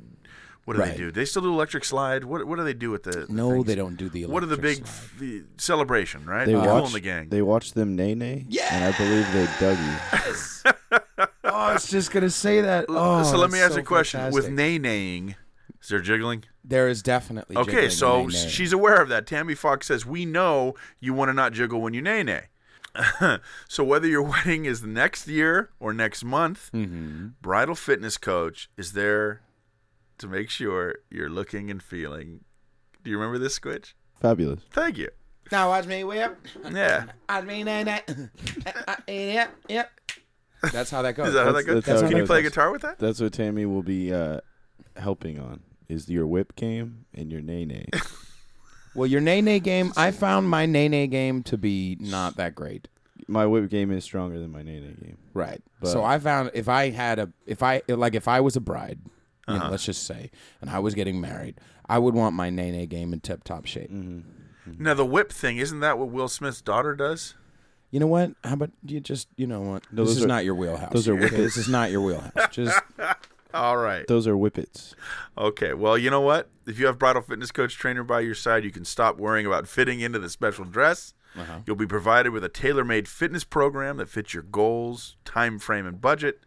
[SPEAKER 5] what do they
[SPEAKER 3] Right.
[SPEAKER 5] do? They still do electric slide. What what do they do with the? the
[SPEAKER 3] no,
[SPEAKER 5] things?
[SPEAKER 3] they don't do the.
[SPEAKER 5] What are the
[SPEAKER 3] electric
[SPEAKER 5] big
[SPEAKER 3] slide.
[SPEAKER 5] f- the celebration? Right,
[SPEAKER 8] They
[SPEAKER 5] The Cool
[SPEAKER 8] watched
[SPEAKER 5] in the gang.
[SPEAKER 8] They watched them nay nay. Yeah. And I believe they Dougie.
[SPEAKER 3] oh, I was just gonna say that. Oh,
[SPEAKER 5] so let
[SPEAKER 3] that's
[SPEAKER 5] me ask
[SPEAKER 3] so
[SPEAKER 5] you a question:
[SPEAKER 3] fantastic.
[SPEAKER 5] With nay naying, is there jiggling?
[SPEAKER 3] there is definitely
[SPEAKER 5] Okay,
[SPEAKER 3] jiggling
[SPEAKER 5] so
[SPEAKER 3] and nay-nay.
[SPEAKER 5] she's aware of that. Tammy Fox says, "We know you want to not jiggle when you nay nay." [LAUGHS] so whether your [LAUGHS] wedding is next year or next month, bridal fitness coach is there to make sure you're looking and feeling. Do you remember this Squidge?
[SPEAKER 8] Fabulous.
[SPEAKER 5] Thank you.
[SPEAKER 9] Now watch me whip.
[SPEAKER 5] Yeah,
[SPEAKER 9] I mean, and
[SPEAKER 3] [LAUGHS]
[SPEAKER 9] I, I, I, yep, yep.
[SPEAKER 3] that's how that goes.
[SPEAKER 5] is that how
[SPEAKER 8] That's-
[SPEAKER 5] that goes?
[SPEAKER 8] that's how it
[SPEAKER 5] Can you
[SPEAKER 8] goes.
[SPEAKER 5] play guitar with that?
[SPEAKER 8] That's what Tammy will be uh, helping on. Is your whip game and your nay
[SPEAKER 5] [LAUGHS]
[SPEAKER 8] nay.
[SPEAKER 3] well, your nay nay game. I found my nay nay game to be not that great.
[SPEAKER 8] my whip game is stronger than my nay nay game.
[SPEAKER 3] Right.
[SPEAKER 8] But-
[SPEAKER 3] so I found if I had a if I like if I was a bride, you know, let's just say, and I was getting married, I would want my nay nay game in tip top shape.
[SPEAKER 5] Now the whip thing isn't that what Will Smith's daughter does?
[SPEAKER 3] You know what? How about you just you know what?
[SPEAKER 8] No,
[SPEAKER 3] this
[SPEAKER 8] those
[SPEAKER 3] is
[SPEAKER 8] are-
[SPEAKER 3] not your wheelhouse.
[SPEAKER 8] those are
[SPEAKER 3] [LAUGHS] okay?
[SPEAKER 8] whippets.
[SPEAKER 3] This is not your wheelhouse. Just
[SPEAKER 5] All right.
[SPEAKER 8] Those are whippets.
[SPEAKER 5] Okay. Well, you know what? If you have bridal fitness coach trainer by your side, you can stop worrying about fitting into the special dress. You'll be provided with a tailor-made fitness program that fits your goals, time frame, and budget.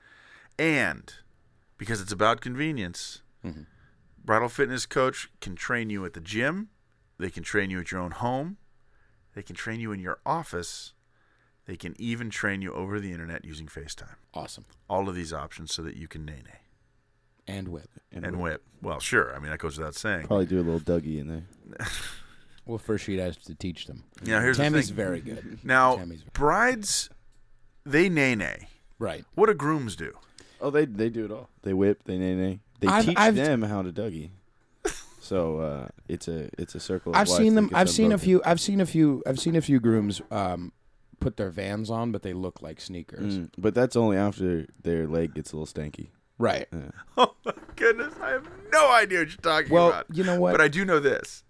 [SPEAKER 5] And because it's about convenience,
[SPEAKER 3] mm-hmm.
[SPEAKER 5] bridal fitness coach can train you at the gym. They can train you at your own home. They can train you in your office. They can even train you over the internet using FaceTime.
[SPEAKER 3] awesome
[SPEAKER 5] All of these options so that you can nay nay
[SPEAKER 3] and whip.
[SPEAKER 5] and whip. Well, sure. I mean, that goes without saying.
[SPEAKER 8] Probably do a little Dougie in there.
[SPEAKER 3] Well, first she'd have to teach them.
[SPEAKER 5] Now here's
[SPEAKER 3] Tammy's
[SPEAKER 5] the thing.
[SPEAKER 3] very good.
[SPEAKER 5] now
[SPEAKER 3] Tammy's-
[SPEAKER 5] brides, they nay nay.
[SPEAKER 3] Right.
[SPEAKER 5] What do grooms do?
[SPEAKER 8] Oh, they they do it all. They whip. They nay nay. They
[SPEAKER 3] I've-
[SPEAKER 8] teach
[SPEAKER 3] I've-
[SPEAKER 8] them how to Dougie. So uh, it's a it's a circle. Of
[SPEAKER 3] I've
[SPEAKER 8] life
[SPEAKER 3] seen
[SPEAKER 8] that
[SPEAKER 3] them.
[SPEAKER 8] gets
[SPEAKER 3] I've seen a
[SPEAKER 8] unbroken.
[SPEAKER 3] few. I've seen a few. I've seen a few grooms um, put their vans on, but they look like sneakers.
[SPEAKER 8] Mm, but that's only after their leg gets a little stanky.
[SPEAKER 3] Right.
[SPEAKER 5] [LAUGHS] Oh my goodness, I have no idea what you're talking
[SPEAKER 3] Well,
[SPEAKER 5] about.
[SPEAKER 3] you know what?
[SPEAKER 5] But I do know this: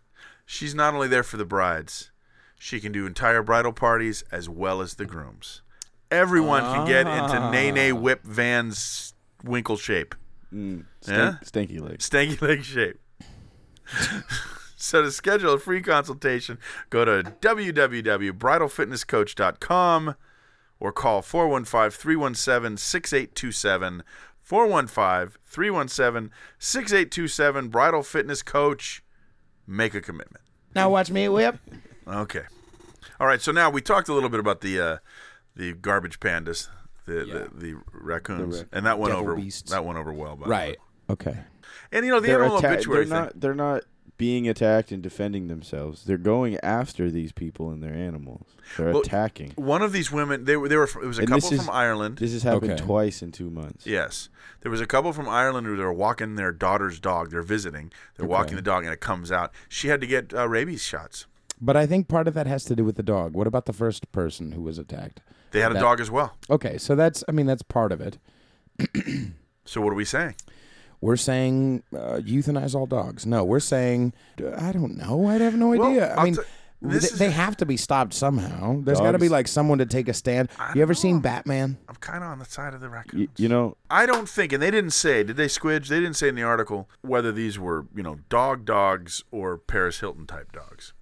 [SPEAKER 5] she's not only there for the brides, she can do entire bridal parties as well as the grooms. Everyone can get into nay nay
[SPEAKER 3] Ah.
[SPEAKER 5] whip Van's winkle shape,
[SPEAKER 8] Mm,
[SPEAKER 5] Yeah?
[SPEAKER 8] stank, Stanky leg.
[SPEAKER 5] stanky [LAUGHS] leg shape. so to schedule a free consultation, go to www.bridalfitnesscoach.com. or call 415 317 6827. 415 317 6827. Bridal Fitness Coach. Make a commitment.
[SPEAKER 9] Now watch me whip.
[SPEAKER 5] Okay. All right. So now we talked a little bit about the uh, the garbage pandas, the, the, the raccoons, and that went
[SPEAKER 3] devil
[SPEAKER 5] over
[SPEAKER 3] beasts.
[SPEAKER 5] that went over well. By the way.
[SPEAKER 3] Right. Okay.
[SPEAKER 5] And you know the
[SPEAKER 8] They're,
[SPEAKER 5] animal
[SPEAKER 8] atta-
[SPEAKER 5] obituary
[SPEAKER 8] they're not.
[SPEAKER 5] thing.
[SPEAKER 8] They're not being attacked and defending themselves. They're going after these people and their animals. They're
[SPEAKER 5] Well,
[SPEAKER 8] attacking.
[SPEAKER 5] One of these women, they were, they were. fr- It was a
[SPEAKER 8] And
[SPEAKER 5] couple
[SPEAKER 8] this is-
[SPEAKER 5] from Ireland.
[SPEAKER 8] This has happened
[SPEAKER 6] Okay.
[SPEAKER 8] twice in two months.
[SPEAKER 5] Yes. There was a couple from Ireland who they were walking their daughter's dog. They're visiting. They're walking the dog, and it comes out. She had to get uh, rabies shots.
[SPEAKER 3] But I think part of that has to do with the dog. What about the first person who was attacked?
[SPEAKER 5] They had a
[SPEAKER 3] That-
[SPEAKER 5] dog as well.
[SPEAKER 3] Okay, so that's I mean that's part of it.
[SPEAKER 5] So what are we saying?
[SPEAKER 3] We're saying uh, euthanize all dogs. No, we're saying uh, I don't know. I have no
[SPEAKER 5] Well,
[SPEAKER 3] idea. I
[SPEAKER 5] I'll
[SPEAKER 3] mean,
[SPEAKER 5] t-
[SPEAKER 3] th-
[SPEAKER 5] this is-
[SPEAKER 3] they have to be stopped somehow. There's got to be
[SPEAKER 8] Dogs-
[SPEAKER 3] like someone to take a stand. You ever seen Batman?
[SPEAKER 5] I'm kind of on the side of the raccoons.
[SPEAKER 8] Y- you know,
[SPEAKER 5] I don't think, and they didn't say. Did they, Squidge? They didn't say in the article whether these were, you know, dog dogs or Paris Hilton type dogs.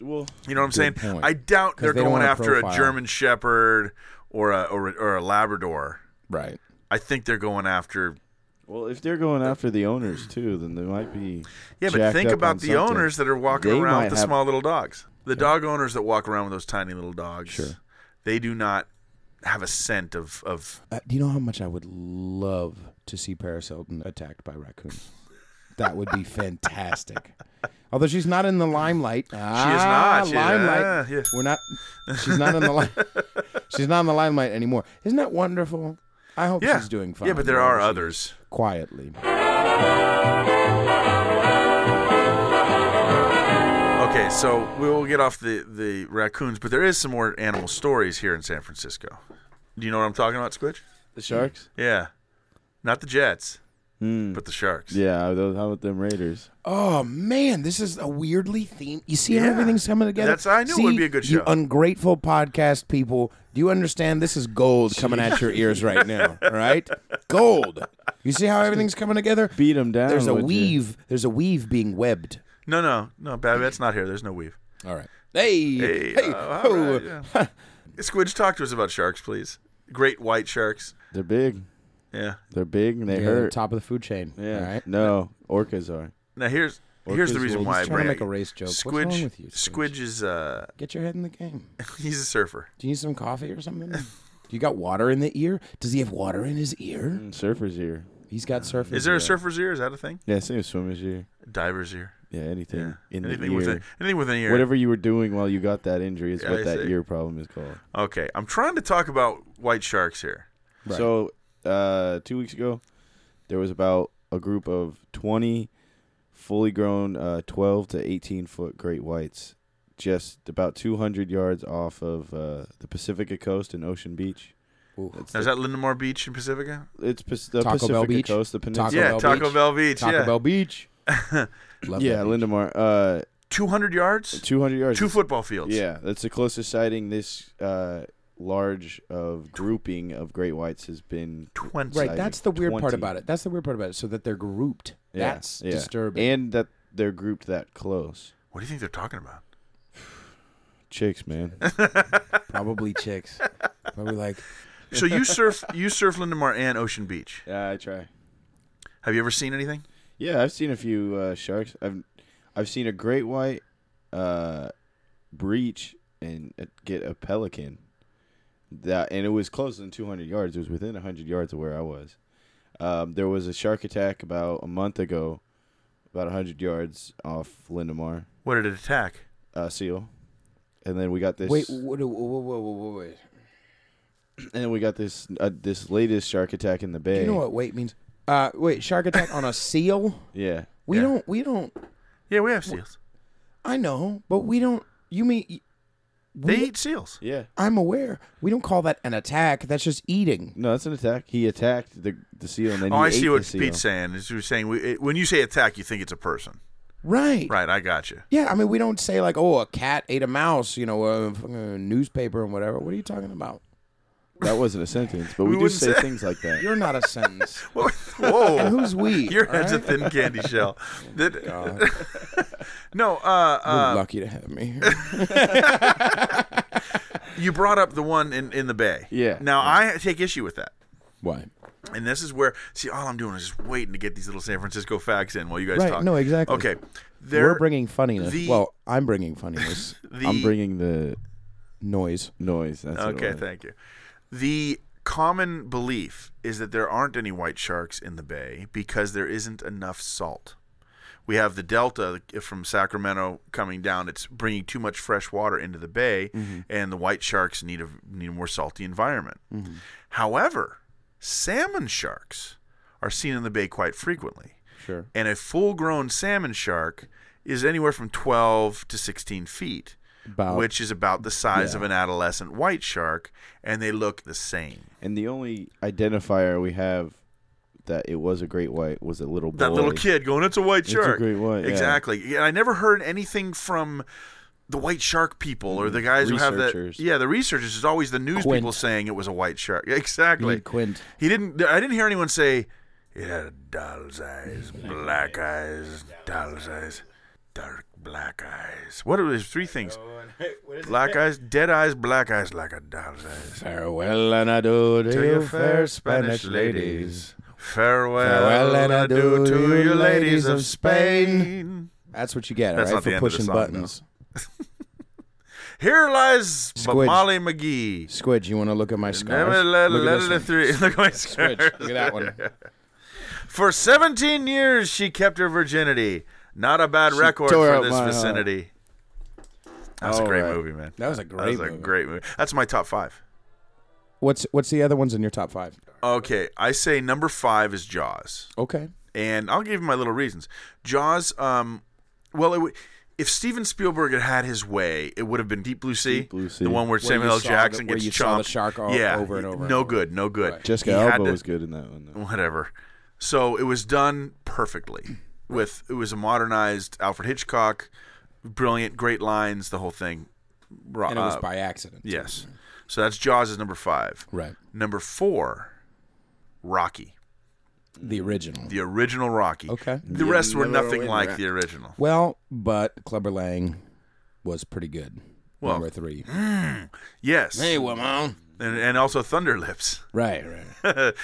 [SPEAKER 8] well,
[SPEAKER 5] You know what I'm saying?
[SPEAKER 3] point.
[SPEAKER 5] I doubt
[SPEAKER 3] 'Cause
[SPEAKER 5] they're
[SPEAKER 3] they don't
[SPEAKER 5] going
[SPEAKER 3] wanna
[SPEAKER 5] after a
[SPEAKER 3] profile.
[SPEAKER 5] German Shepherd or a, or a or a Labrador.
[SPEAKER 3] Right.
[SPEAKER 5] I think they're going after.
[SPEAKER 8] well, if they're going after the owners too, then they might be.
[SPEAKER 5] Yeah, but
[SPEAKER 8] jacked
[SPEAKER 5] think
[SPEAKER 8] up
[SPEAKER 5] about
[SPEAKER 8] on
[SPEAKER 5] the
[SPEAKER 8] something.
[SPEAKER 5] owners that are walking
[SPEAKER 8] They
[SPEAKER 5] around
[SPEAKER 8] might
[SPEAKER 5] with the
[SPEAKER 8] have-
[SPEAKER 5] small little dogs. The dog owners that walk around with those tiny little dogs. Sure. They do not have a scent of of.
[SPEAKER 3] Uh, do you know how much I would love to see Paris Hilton attacked by raccoons? That would be fantastic. Although she's not in the limelight. She
[SPEAKER 5] not. She-
[SPEAKER 3] limelight.
[SPEAKER 5] ah, yeah.
[SPEAKER 3] We're not. She's not in the li-
[SPEAKER 5] [LAUGHS]
[SPEAKER 3] She's not in the limelight anymore. Isn't that wonderful? I hope
[SPEAKER 5] Yeah.
[SPEAKER 3] she's doing fine.
[SPEAKER 5] Yeah, but there are
[SPEAKER 3] wherever she
[SPEAKER 5] others.
[SPEAKER 3] is, quietly.
[SPEAKER 5] Okay, so we will get off the the raccoons, but there is some more animal stories here in San Francisco. Do you know what I'm talking about, Squidge?
[SPEAKER 8] the sharks.
[SPEAKER 5] Yeah, not the Jets,
[SPEAKER 8] Hmm.
[SPEAKER 5] but the Sharks.
[SPEAKER 8] Yeah, those, how about them Raiders?
[SPEAKER 3] Oh man, this is a weirdly themed. You see how
[SPEAKER 5] Yeah.
[SPEAKER 3] everything's coming together.
[SPEAKER 5] That's- I knew it would
[SPEAKER 3] See,
[SPEAKER 5] be a good
[SPEAKER 3] You
[SPEAKER 5] show.
[SPEAKER 3] ungrateful podcast people, do you understand? This is gold coming at your ears
[SPEAKER 5] [LAUGHS]
[SPEAKER 3] right now. All right, gold. You see how everything's coming together?
[SPEAKER 8] Beat them down.
[SPEAKER 3] There's a
[SPEAKER 8] would you?
[SPEAKER 3] weave. There's a weave being webbed.
[SPEAKER 5] No, no, no, Babette's not here. There's no weave.
[SPEAKER 3] All right. Hey.
[SPEAKER 5] Hey,
[SPEAKER 3] hey,
[SPEAKER 5] uh, all
[SPEAKER 3] oh.
[SPEAKER 5] right, yeah. Squidge, talk to us about sharks, please. Great white sharks.
[SPEAKER 8] They're big.
[SPEAKER 5] Yeah.
[SPEAKER 8] They're big and they
[SPEAKER 3] You're
[SPEAKER 8] hurt.
[SPEAKER 3] top of the food chain.
[SPEAKER 8] Yeah.
[SPEAKER 3] All right.
[SPEAKER 8] No, orcas are.
[SPEAKER 5] Now here's here's the
[SPEAKER 8] Orcas
[SPEAKER 5] reason
[SPEAKER 8] will-
[SPEAKER 5] why I
[SPEAKER 8] He's
[SPEAKER 3] trying to
[SPEAKER 5] bring
[SPEAKER 3] make a race joke. What's
[SPEAKER 5] Squidge,
[SPEAKER 3] wrong with you, Squidge?
[SPEAKER 5] Squidge is uh [LAUGHS]
[SPEAKER 3] Get your head in the game.
[SPEAKER 5] he's a surfer.
[SPEAKER 3] Do you need some coffee or something? Do you got water in the ear? Does he have water in his ear?
[SPEAKER 8] Mm, Surfer's ear.
[SPEAKER 3] He's got surfing.
[SPEAKER 5] Is there a surfer's ear? Is that a thing?
[SPEAKER 8] Yeah, same as swimmer's ear.
[SPEAKER 5] Diver's ear.
[SPEAKER 8] Yeah, anything
[SPEAKER 5] Yeah.
[SPEAKER 8] in
[SPEAKER 5] anything
[SPEAKER 8] the ear.
[SPEAKER 5] with an, anything with an ear.
[SPEAKER 8] Whatever you were doing while you got that injury is
[SPEAKER 5] Yeah,
[SPEAKER 8] what
[SPEAKER 5] I
[SPEAKER 8] that
[SPEAKER 5] see.
[SPEAKER 8] ear problem is called.
[SPEAKER 5] Okay, I'm trying to talk about white sharks here.
[SPEAKER 8] So, uh, two weeks ago, there was about a group of 20 fully grown uh, 12 to 18 foot great whites just about 200 yards off of uh, the Pacifica coast and Ocean Beach.
[SPEAKER 5] Now, is that Lindemar Beach in Pacifica?
[SPEAKER 8] It's pas- the
[SPEAKER 3] Taco Bell
[SPEAKER 8] Pacifica
[SPEAKER 3] Beach?
[SPEAKER 8] coast, the peninsula.
[SPEAKER 3] Taco
[SPEAKER 5] yeah,
[SPEAKER 3] Bell
[SPEAKER 5] Taco
[SPEAKER 3] Beach.
[SPEAKER 5] Bell Beach.
[SPEAKER 3] Taco
[SPEAKER 5] yeah,
[SPEAKER 3] Bell
[SPEAKER 5] [LAUGHS]
[SPEAKER 3] Beach. Love
[SPEAKER 8] yeah,
[SPEAKER 3] that beach.
[SPEAKER 8] Lindemar. Uh,
[SPEAKER 5] 200 yards,
[SPEAKER 8] 200 yards.
[SPEAKER 5] two football fields.
[SPEAKER 8] Yeah, that's the closest sighting this uh, large of grouping of great whites has been.
[SPEAKER 5] 20.
[SPEAKER 3] Right,
[SPEAKER 8] Exciting.
[SPEAKER 3] that's the weird part
[SPEAKER 8] 20.
[SPEAKER 3] about it. That's the weird part about it. So that they're grouped.
[SPEAKER 8] Yeah,
[SPEAKER 3] That's
[SPEAKER 8] yeah.
[SPEAKER 3] disturbing.
[SPEAKER 8] And that they're grouped that close.
[SPEAKER 5] What do you think they're talking about?
[SPEAKER 3] [LAUGHS]
[SPEAKER 8] Chicks, man.
[SPEAKER 3] probably [LAUGHS] chicks. Probably like
[SPEAKER 5] So
[SPEAKER 3] [LAUGHS]
[SPEAKER 5] you surf, you surf Lindemar and Ocean Beach.
[SPEAKER 8] yeah, I try.
[SPEAKER 5] Have you ever seen anything?
[SPEAKER 8] Yeah, I've seen a few uh, sharks. I've I've seen a great white uh, breach and uh, get a pelican. That and it was closer than 200 yards. It was within 100 yards of where I was. Um, there was a shark attack about a month ago, about 100 yards off Lindemar
[SPEAKER 5] What did it attack?
[SPEAKER 8] uh, seal, and then we got this. [CLEARS THROAT]
[SPEAKER 3] wait, whoa, whoa, whoa, whoa, whoa, wait.
[SPEAKER 8] and then we got this uh, this latest shark attack in the
[SPEAKER 3] Do
[SPEAKER 8] bay.
[SPEAKER 3] you know what wait means? Uh, wait, shark attack on a seal?
[SPEAKER 8] Yeah,
[SPEAKER 3] We
[SPEAKER 5] Yeah.
[SPEAKER 3] don't. We don't.
[SPEAKER 5] Yeah, we have seals.
[SPEAKER 3] I know, but we don't. You mean?
[SPEAKER 5] They
[SPEAKER 3] we-
[SPEAKER 5] eat seals.
[SPEAKER 8] yeah.
[SPEAKER 3] I'm aware. We don't call that an attack. That's just eating.
[SPEAKER 8] No, that's an attack. He attacked the the seal, and then
[SPEAKER 5] Oh,
[SPEAKER 8] he
[SPEAKER 5] I
[SPEAKER 8] ate
[SPEAKER 5] see
[SPEAKER 8] the
[SPEAKER 5] what
[SPEAKER 8] seal.
[SPEAKER 5] Pete's saying. He's he's saying we, it, when you say attack, you think it's a person.
[SPEAKER 3] Right.
[SPEAKER 5] Right, I got you.
[SPEAKER 3] Yeah. I mean, we don't say like, oh, a cat ate a mouse. You know, a, fucking newspaper and whatever. What are you talking about?
[SPEAKER 8] That wasn't a sentence,
[SPEAKER 5] [LAUGHS]
[SPEAKER 8] but we, do
[SPEAKER 5] wouldn't
[SPEAKER 8] say,
[SPEAKER 5] say-
[SPEAKER 8] things like that.
[SPEAKER 5] [LAUGHS]
[SPEAKER 3] You're not a sentence.
[SPEAKER 5] Whoa.
[SPEAKER 3] Who's
[SPEAKER 5] [LAUGHS]
[SPEAKER 3] we?
[SPEAKER 5] Your
[SPEAKER 3] all
[SPEAKER 5] head's a
[SPEAKER 3] right?
[SPEAKER 5] thin
[SPEAKER 8] [LAUGHS]
[SPEAKER 5] candy
[SPEAKER 8] Oh,
[SPEAKER 5] shell. That- no, uh,
[SPEAKER 3] You're
[SPEAKER 5] uh,
[SPEAKER 3] lucky to have me.
[SPEAKER 5] [LAUGHS]
[SPEAKER 3] here.
[SPEAKER 5] you brought up the one in, in the bay.
[SPEAKER 8] Yeah.
[SPEAKER 5] Now I take issue with that,
[SPEAKER 3] Why?
[SPEAKER 5] and this is where see all I'm doing is just waiting to get these little San Francisco facts in while you guys
[SPEAKER 3] Right,
[SPEAKER 5] talk.
[SPEAKER 3] no, exactly.
[SPEAKER 5] Okay. There,
[SPEAKER 3] We're bringing funniness.
[SPEAKER 5] the-
[SPEAKER 3] well, I'm bringing
[SPEAKER 5] [LAUGHS]
[SPEAKER 3] funniness.
[SPEAKER 5] the,
[SPEAKER 8] I'm bringing the
[SPEAKER 3] Noise.
[SPEAKER 8] noise. That's what it
[SPEAKER 5] Okay,
[SPEAKER 8] was.
[SPEAKER 5] thank you. The common belief is that there aren't any white sharks in the bay because there isn't enough salt. We have the delta from Sacramento coming down. It's bringing too much fresh water into the bay,
[SPEAKER 8] Mm-hmm.
[SPEAKER 5] and the white sharks need a need a more salty environment.
[SPEAKER 8] Mm-hmm.
[SPEAKER 5] However, salmon sharks are seen in the bay quite frequently.
[SPEAKER 8] Sure.
[SPEAKER 5] And a full-grown salmon shark is anywhere from 12 to 16 feet,
[SPEAKER 8] About.
[SPEAKER 5] which is about the size of an adolescent white shark, and they look the same.
[SPEAKER 8] And the only identifier we have that it was a great white was a little boy.
[SPEAKER 5] that little kid going, "It's a white
[SPEAKER 8] a
[SPEAKER 5] shark."
[SPEAKER 8] great white, yeah.
[SPEAKER 5] Exactly. And I never heard anything from the white shark people or the guys who have that.
[SPEAKER 8] Researchers.
[SPEAKER 5] Yeah, the researchers. It's always the news
[SPEAKER 3] Quint.
[SPEAKER 5] people saying it was a white shark. [LAUGHS] Exactly.
[SPEAKER 3] Need Quint.
[SPEAKER 5] He didn't. I didn't hear anyone say it had doll's eyes, black eyes, doll's eyes, dark black eyes. What are those three things?
[SPEAKER 9] What is it?
[SPEAKER 5] Black eyes, dead eyes, black eyes, like a doll's eyes.
[SPEAKER 3] Farewell and adieu
[SPEAKER 5] To your fair Spanish ladies. Farewell, and adieu to you ladies of Spain.
[SPEAKER 3] That's what you get, all
[SPEAKER 5] That's
[SPEAKER 3] right,
[SPEAKER 5] not the
[SPEAKER 3] for
[SPEAKER 5] end of the
[SPEAKER 3] pushing
[SPEAKER 5] song,
[SPEAKER 3] buttons.
[SPEAKER 5] Here lies
[SPEAKER 3] Squidge.
[SPEAKER 5] Molly McGee.
[SPEAKER 3] Squidge, you want to look at my scars?
[SPEAKER 5] Never let-
[SPEAKER 3] look,
[SPEAKER 5] let
[SPEAKER 3] at this
[SPEAKER 5] it
[SPEAKER 3] one.
[SPEAKER 5] through- [LAUGHS] Look at my
[SPEAKER 3] Squidge,
[SPEAKER 5] scars.
[SPEAKER 3] look at that
[SPEAKER 5] [LAUGHS]
[SPEAKER 3] one.
[SPEAKER 5] For 17 years, she kept her virginity. Not a bad record
[SPEAKER 3] tore
[SPEAKER 5] for
[SPEAKER 3] up
[SPEAKER 5] this
[SPEAKER 3] my heart.
[SPEAKER 5] vicinity. That was a
[SPEAKER 3] All
[SPEAKER 5] great
[SPEAKER 3] right.
[SPEAKER 5] movie, man.
[SPEAKER 3] That was a
[SPEAKER 5] That was
[SPEAKER 3] great
[SPEAKER 5] a
[SPEAKER 3] movie.
[SPEAKER 5] great movie. That's my top five.
[SPEAKER 3] What's what's the other ones in your top five?
[SPEAKER 5] Okay, I say number five is Jaws.
[SPEAKER 3] Okay.
[SPEAKER 5] and I'll give you my little reasons. Jaws, um, well, it w- if Steven Spielberg had had his way, it would have been Deep Blue Sea,
[SPEAKER 8] Deep Blue Sea.
[SPEAKER 5] the one where,
[SPEAKER 3] you
[SPEAKER 5] Samuel L.
[SPEAKER 3] saw
[SPEAKER 5] Jackson
[SPEAKER 3] the- where
[SPEAKER 5] gets
[SPEAKER 3] you saw the
[SPEAKER 5] chomped.
[SPEAKER 3] shark o-
[SPEAKER 5] yeah,
[SPEAKER 3] over and over and
[SPEAKER 5] No
[SPEAKER 3] over.
[SPEAKER 5] good, no good.
[SPEAKER 3] Right.
[SPEAKER 8] Jessica
[SPEAKER 5] He had
[SPEAKER 8] Alba
[SPEAKER 5] to-
[SPEAKER 8] was good in that one. Though.
[SPEAKER 5] whatever. So it was done perfectly. With it was a modernized Alfred Hitchcock, brilliant, great lines, the whole thing. Ra-
[SPEAKER 3] And it was
[SPEAKER 5] uh,
[SPEAKER 3] by accident.
[SPEAKER 5] yes. So that's Jaws is number five.
[SPEAKER 3] Right.
[SPEAKER 5] Number four, Rocky,
[SPEAKER 3] The original.
[SPEAKER 5] the original Rocky.
[SPEAKER 3] Okay.
[SPEAKER 5] The rest were nothing like the original.
[SPEAKER 3] Well, but Clubber Lang was pretty good.
[SPEAKER 5] Well-
[SPEAKER 3] Number three.
[SPEAKER 5] Yes.
[SPEAKER 3] woman.
[SPEAKER 5] and, and also Thunder Lips.
[SPEAKER 3] Right, right.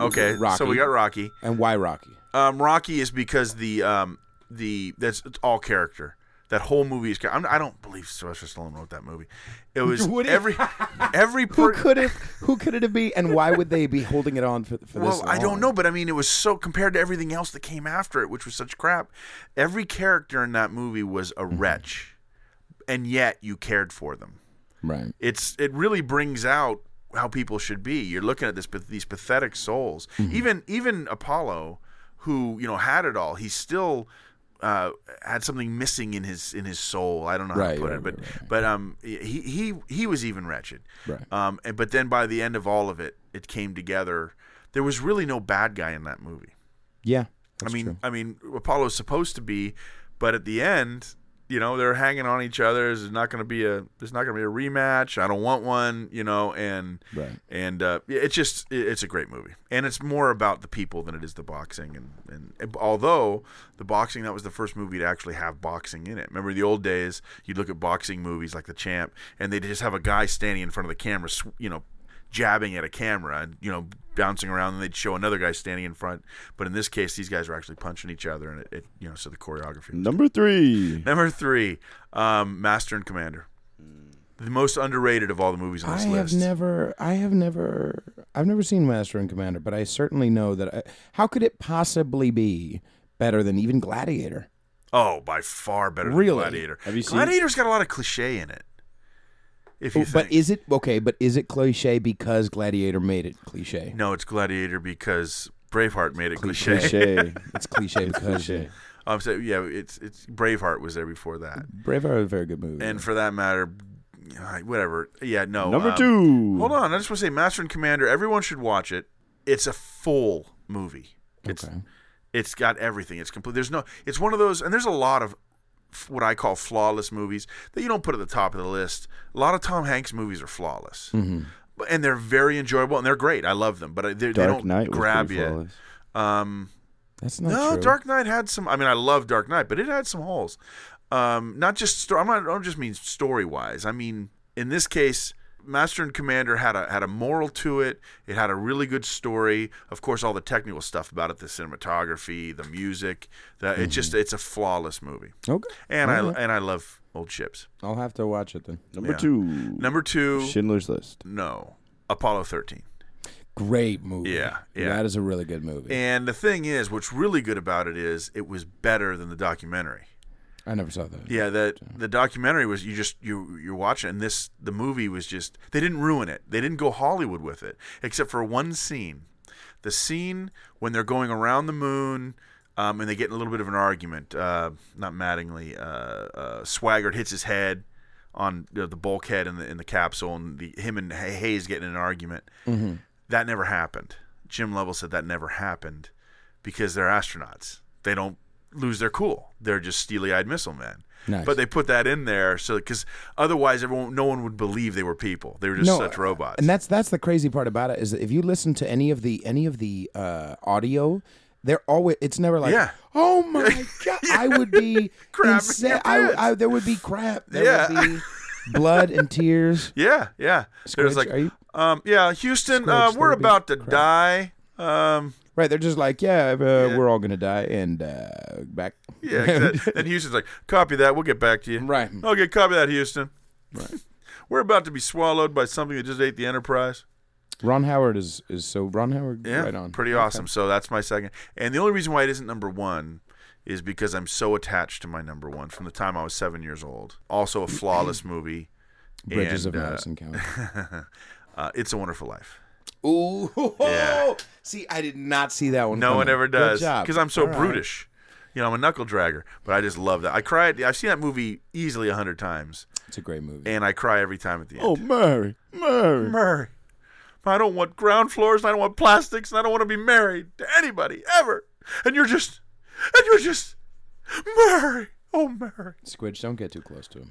[SPEAKER 5] Okay, so
[SPEAKER 3] Rocky.
[SPEAKER 5] we got Rocky.
[SPEAKER 3] And why Rocky?
[SPEAKER 5] Um, Rocky is because the um, the that's it's all character. That whole movie is. I'm, I don't believe Sylvester Stallone wrote that movie. It
[SPEAKER 3] [LAUGHS]
[SPEAKER 5] was every every
[SPEAKER 3] Who
[SPEAKER 5] per-
[SPEAKER 3] could it? Who could it be? And why would they be holding it on for, for this?
[SPEAKER 5] Well, I
[SPEAKER 3] long?
[SPEAKER 5] don't know, but I mean, it was so compared to everything else that came after it, which was such crap. Every character in that movie was
[SPEAKER 3] Mm-hmm.
[SPEAKER 5] a wretch, and yet you cared for them.
[SPEAKER 3] Right.
[SPEAKER 5] it's it really brings out how people should be. You're looking at this these pathetic souls.
[SPEAKER 3] Mm-hmm.
[SPEAKER 5] Even even Apollo, who you know had it all, he still uh, had something missing in his in his soul. I don't know how
[SPEAKER 3] Right,
[SPEAKER 5] to put
[SPEAKER 3] right,
[SPEAKER 5] it, but
[SPEAKER 3] right, right.
[SPEAKER 5] but um he he he was even wretched.
[SPEAKER 3] Right.
[SPEAKER 5] Um, and, but then by the end of all of it, it came together. There was really no bad guy in that movie.
[SPEAKER 3] Yeah.
[SPEAKER 5] I
[SPEAKER 3] that's
[SPEAKER 5] mean,
[SPEAKER 3] true.
[SPEAKER 5] I mean, Apollo's supposed to be, but at the end, you know, they're hanging on each other. There's not going to be a there's not going to be a rematch. I don't want one, you know, and
[SPEAKER 3] Right.
[SPEAKER 5] and uh, yeah, it's just it- it's a great movie, and it's more about the people than it is the boxing. And, and and although the boxing that was the first movie to actually have boxing in it. Remember the old days, you'd look at boxing movies like The Champ, and they'd just have a guy standing in front of the camera, sw- you know, jabbing at a camera and you know bouncing around and they'd show another guy standing in front but in this case these guys were actually punching each other and it, it you know so the choreography
[SPEAKER 8] Number three.
[SPEAKER 5] number three um, master and commander the most underrated of all the movies on
[SPEAKER 3] Mm. I
[SPEAKER 5] this
[SPEAKER 3] have
[SPEAKER 5] list
[SPEAKER 3] never, I have never, I've never seen Master and Commander, but I certainly know that. I, how could it possibly be better than even Gladiator?
[SPEAKER 5] oh by far better than
[SPEAKER 3] Really?
[SPEAKER 5] gladiator
[SPEAKER 8] Have you seen-
[SPEAKER 5] gladiator's got a lot of cliche in it if you
[SPEAKER 3] Oh, but
[SPEAKER 5] think.
[SPEAKER 3] is it okay? But is it cliche because Gladiator made it cliche?
[SPEAKER 5] no it's gladiator because braveheart made it cliche,
[SPEAKER 8] Cliche.
[SPEAKER 3] It's cliche because
[SPEAKER 8] Cliche.
[SPEAKER 5] [LAUGHS] i'm saying yeah it's it's braveheart was there before that
[SPEAKER 3] Braveheart is a very good movie.
[SPEAKER 5] and for that matter whatever yeah no
[SPEAKER 8] Number
[SPEAKER 5] um,
[SPEAKER 8] two.
[SPEAKER 5] Hold on, I just want to say, Master and Commander. Everyone should watch it. It's a full movie. It's
[SPEAKER 3] Okay.
[SPEAKER 5] it's got everything. It's complete. There's no. It's one of those, and there's a lot of f- what I call flawless movies that you don't put at the top of the list. A lot of Tom Hanks movies are flawless,
[SPEAKER 8] Mm-hmm.
[SPEAKER 5] but, and they're very enjoyable and they're great. I love them, but I- they, they
[SPEAKER 8] Dark
[SPEAKER 5] don't
[SPEAKER 8] Knight was
[SPEAKER 5] grab
[SPEAKER 8] pretty
[SPEAKER 5] you.
[SPEAKER 8] flawless.
[SPEAKER 5] Um,
[SPEAKER 3] That's not
[SPEAKER 5] no,
[SPEAKER 3] true.
[SPEAKER 5] Dark Knight had some. I mean, I love Dark Knight, but it had some holes. Um, not just. Sto- I'm not. I don't just mean story wise. I mean, in this case, Master and Commander had a had a moral to it. It had a really good story. Of course, all the technical stuff about it, the cinematography, the music. The,
[SPEAKER 3] Mm-hmm.
[SPEAKER 5] It just. It's a flawless movie.
[SPEAKER 3] Okay.
[SPEAKER 5] And
[SPEAKER 3] All right.
[SPEAKER 5] I and I love old ships.
[SPEAKER 3] I'll have to watch it then.
[SPEAKER 8] Number
[SPEAKER 5] Yeah.
[SPEAKER 8] two.
[SPEAKER 5] Number two.
[SPEAKER 8] Schindler's List.
[SPEAKER 5] No, Apollo 13.
[SPEAKER 6] Great movie.
[SPEAKER 5] Yeah, yeah.
[SPEAKER 6] That is a really good movie.
[SPEAKER 5] And the thing is, what's really good about it is it was better than the documentary.
[SPEAKER 6] I never saw that.
[SPEAKER 5] Yeah, the
[SPEAKER 3] uh,
[SPEAKER 5] the documentary was you just you you're watching and this the movie was just they didn't ruin it. They didn't go Hollywood with it, except for one scene. The scene when they're going around the moon um, and they get in a little bit of an argument. Uh, not Mattingly. Uh, uh, Swaggart hits his head on you know, the bulkhead in the in the capsule, and the him and Hay- Hayes get in an argument. That never happened. Jim Lovell said that never happened because they're astronauts. They don't lose their cool. They're just steely-eyed missile men.
[SPEAKER 6] Nice.
[SPEAKER 5] But they put that in there so because otherwise, everyone, no one would believe they were people. They were just such robots.
[SPEAKER 3] uh, And that's that's the crazy part about it is that if you listen to any of the any of the uh, audio, they're always it's never like
[SPEAKER 5] Yeah.
[SPEAKER 3] oh
[SPEAKER 5] [LAUGHS]
[SPEAKER 3] my god I would be
[SPEAKER 5] Crap in
[SPEAKER 3] insa-
[SPEAKER 5] your
[SPEAKER 3] I,
[SPEAKER 5] pants.
[SPEAKER 3] I there would be crap there
[SPEAKER 5] Yeah. [LAUGHS]
[SPEAKER 3] would be blood and tears.
[SPEAKER 5] yeah, yeah. It was
[SPEAKER 3] Squidge,
[SPEAKER 5] like,
[SPEAKER 3] are you-
[SPEAKER 5] um, yeah, Houston,
[SPEAKER 3] Squidge,
[SPEAKER 5] uh, we're
[SPEAKER 3] that'll be
[SPEAKER 5] about to
[SPEAKER 3] crap.
[SPEAKER 5] die. Um,
[SPEAKER 3] Right, they're just like yeah, uh, we're all gonna die and uh, back.
[SPEAKER 5] yeah. exact- and Houston's like, copy that. We'll get back to you.
[SPEAKER 6] Right.
[SPEAKER 5] Okay, copy that, Houston. Right. [LAUGHS] we're about to be swallowed by something that just ate the Enterprise.
[SPEAKER 3] [LAUGHS] Ron Howard is is so Ron Howard
[SPEAKER 5] Yeah,
[SPEAKER 3] right on
[SPEAKER 5] pretty awesome. So that's my second. And the only reason why it isn't number one is because I'm so attached to my number one from the time I was seven years old. Also a flawless movie.
[SPEAKER 3] Bridges
[SPEAKER 5] and,
[SPEAKER 3] of
[SPEAKER 5] uh,
[SPEAKER 3] Madison County.
[SPEAKER 5] [LAUGHS] Uh, it's a Wonderful Life.
[SPEAKER 3] Ooh,
[SPEAKER 5] Yeah.
[SPEAKER 3] see, I did not see that one.
[SPEAKER 5] No one ever does because I'm so
[SPEAKER 3] brutal.
[SPEAKER 5] brutish. You know, I'm a knuckle dragger, but I just love that. I cry. At the, I've seen that movie easily a hundred times,
[SPEAKER 3] It's a great movie.
[SPEAKER 5] and I cry every time at the end.
[SPEAKER 8] Oh, Murray, Murray.
[SPEAKER 5] Murray. I don't want ground floors, and I don't want plastics, and I don't want to be married to anybody ever. And you're just, and you're just, Murray. Oh, Murray.
[SPEAKER 3] Squidge, don't get too close to him.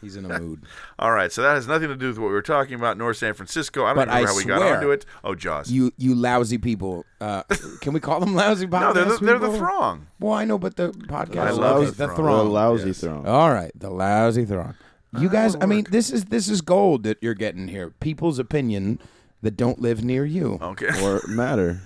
[SPEAKER 3] He's
[SPEAKER 5] [LAUGHS]
[SPEAKER 3] in a mood.
[SPEAKER 5] All right, so that has nothing to do with what we were talking about, nor San Francisco. I don't
[SPEAKER 3] But
[SPEAKER 5] remember
[SPEAKER 3] I
[SPEAKER 5] how we got
[SPEAKER 3] swear-
[SPEAKER 5] onto it. Oh, Jaws.
[SPEAKER 3] You, you lousy people. Uh, can we call them lousy podcast?
[SPEAKER 5] no, they're the, they're the
[SPEAKER 3] people?
[SPEAKER 5] throng.
[SPEAKER 3] Well, I know, but the podcast.
[SPEAKER 5] I
[SPEAKER 3] is
[SPEAKER 5] love
[SPEAKER 3] lousy-
[SPEAKER 5] the Oh,
[SPEAKER 3] the
[SPEAKER 5] Throng.
[SPEAKER 8] The
[SPEAKER 3] throng.
[SPEAKER 8] lousy
[SPEAKER 5] Yes. Um,
[SPEAKER 8] throng.
[SPEAKER 3] All right, the lousy throng. You guys, I mean, this is this is gold that you're getting here. People's opinion that don't live near you.
[SPEAKER 5] Okay, [LAUGHS]
[SPEAKER 8] [LAUGHS] Or matter.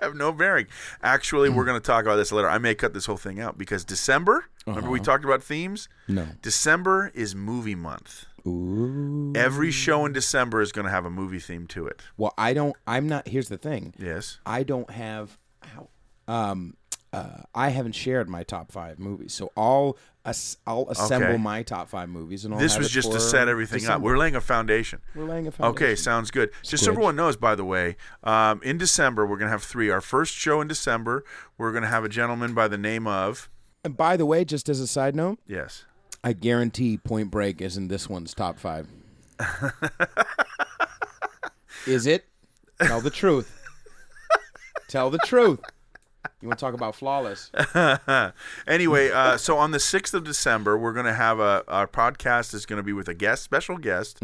[SPEAKER 5] have no bearing. Actually, we're going to talk about this later. I may cut this whole thing out because December. Remember we talked about themes.
[SPEAKER 3] No.
[SPEAKER 5] December is movie month.
[SPEAKER 3] Ooh.
[SPEAKER 5] Every show in December is going to have a movie theme to it.
[SPEAKER 3] Well, I don't. I'm not. Here's the thing.
[SPEAKER 5] Yes.
[SPEAKER 3] I don't have ow, um uh, I haven't shared my top five movies, so I'll as- I'll assemble
[SPEAKER 5] Okay.
[SPEAKER 3] my top five movies, and I'll
[SPEAKER 5] this
[SPEAKER 3] have
[SPEAKER 5] was
[SPEAKER 3] it
[SPEAKER 5] just
[SPEAKER 3] for
[SPEAKER 5] to set everything up.
[SPEAKER 3] December.
[SPEAKER 5] We're laying a foundation.
[SPEAKER 3] We're laying a foundation.
[SPEAKER 5] Okay, sounds good. Just so
[SPEAKER 3] Squidge.
[SPEAKER 5] everyone knows, by the way, um, in December we're gonna have three. Our first show in December, we're gonna have a gentleman by the name of
[SPEAKER 3] And by the way, just as a side note,
[SPEAKER 5] yes.
[SPEAKER 3] I guarantee Point Break is in this one's top
[SPEAKER 5] [LAUGHS]
[SPEAKER 3] five. is it? Tell the truth. Tell the truth. You want to talk about flawless?
[SPEAKER 5] Anyway, uh, so on the sixth of December, we're gonna have a our podcast is gonna be with a guest, special guest,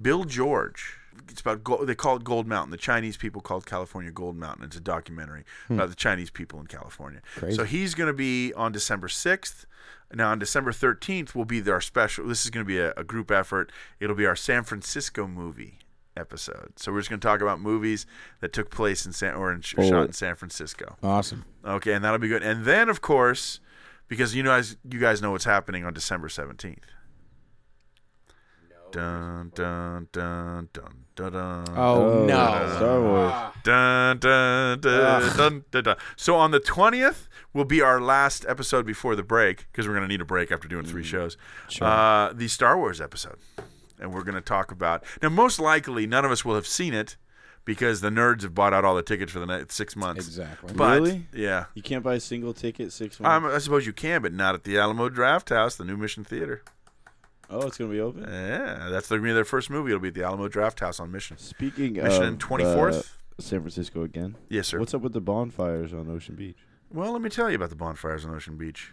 [SPEAKER 5] Bill George. It's about gold, they call it Gold Mountain. The Chinese people called California Gold Mountain. It's a documentary about the Chinese people in California. So he's going to be on December sixth. Now on December thirteenth will be our special. This is going to be a, a group effort. It'll be our San Francisco movie episode. So we're just going to talk about movies that took place in San or in, shot in San Francisco.
[SPEAKER 3] Awesome.
[SPEAKER 5] Okay, and that'll be good. And then, of course, because you know, as you guys know, what's happening on December seventeenth. Dun dun dun dun dun dun.
[SPEAKER 3] Oh, no! Ah,
[SPEAKER 8] Star Wars.
[SPEAKER 5] Dun, dun, dun, dun, dun, dun. So on the twentieth will be our last episode before the break because we're gonna need a break after doing
[SPEAKER 3] Mm.
[SPEAKER 5] three shows. Uh, the Star Wars episode, and we're gonna talk about now. Most likely, none of us will have seen it because the nerds have bought out all the tickets for the next six months.
[SPEAKER 3] Exactly.
[SPEAKER 5] But,
[SPEAKER 8] Really?
[SPEAKER 5] Yeah.
[SPEAKER 8] You can't buy a single ticket, six
[SPEAKER 5] Um,
[SPEAKER 8] months.
[SPEAKER 5] I suppose you can, but not at the Alamo Draft House, the new Mission Theater.
[SPEAKER 8] oh, it's going to be
[SPEAKER 5] Uh,
[SPEAKER 8] open?
[SPEAKER 5] Yeah, that's their, their first movie. It'll be at the Alamo Draft House on Mission.
[SPEAKER 8] Speaking
[SPEAKER 5] Mission
[SPEAKER 8] of
[SPEAKER 5] 24th?
[SPEAKER 8] uh, San Francisco again.
[SPEAKER 5] Yes, sir.
[SPEAKER 8] What's up with the bonfires on Ocean Beach?
[SPEAKER 5] Well, let me tell you about the bonfires on Ocean Beach.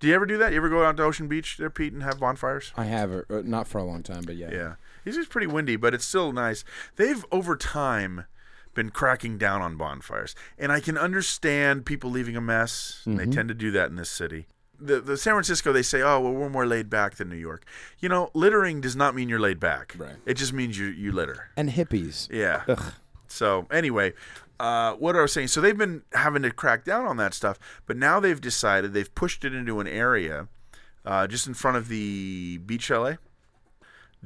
[SPEAKER 5] Do you ever do that? You ever go out to Ocean Beach there, Pete, and have bonfires?
[SPEAKER 3] I have it. uh, Not for a long time, but
[SPEAKER 5] Yeah. It's just pretty windy, but it's still nice. They've over time been cracking down on bonfires, and I can understand people leaving a mess. and
[SPEAKER 3] Mm-hmm.
[SPEAKER 5] They tend to do that in this city. The, the San Francisco, they say, oh, well, we're more laid back than New York. You know, littering does not mean you're laid back.
[SPEAKER 3] Right.
[SPEAKER 5] It just means you, you litter.
[SPEAKER 3] And hippies.
[SPEAKER 5] Yeah.
[SPEAKER 3] Ugh.
[SPEAKER 5] So anyway, uh, what I was saying, so they've been having to crack down on that stuff, but now they've decided they've pushed it into an area uh, just in front of the beach chalet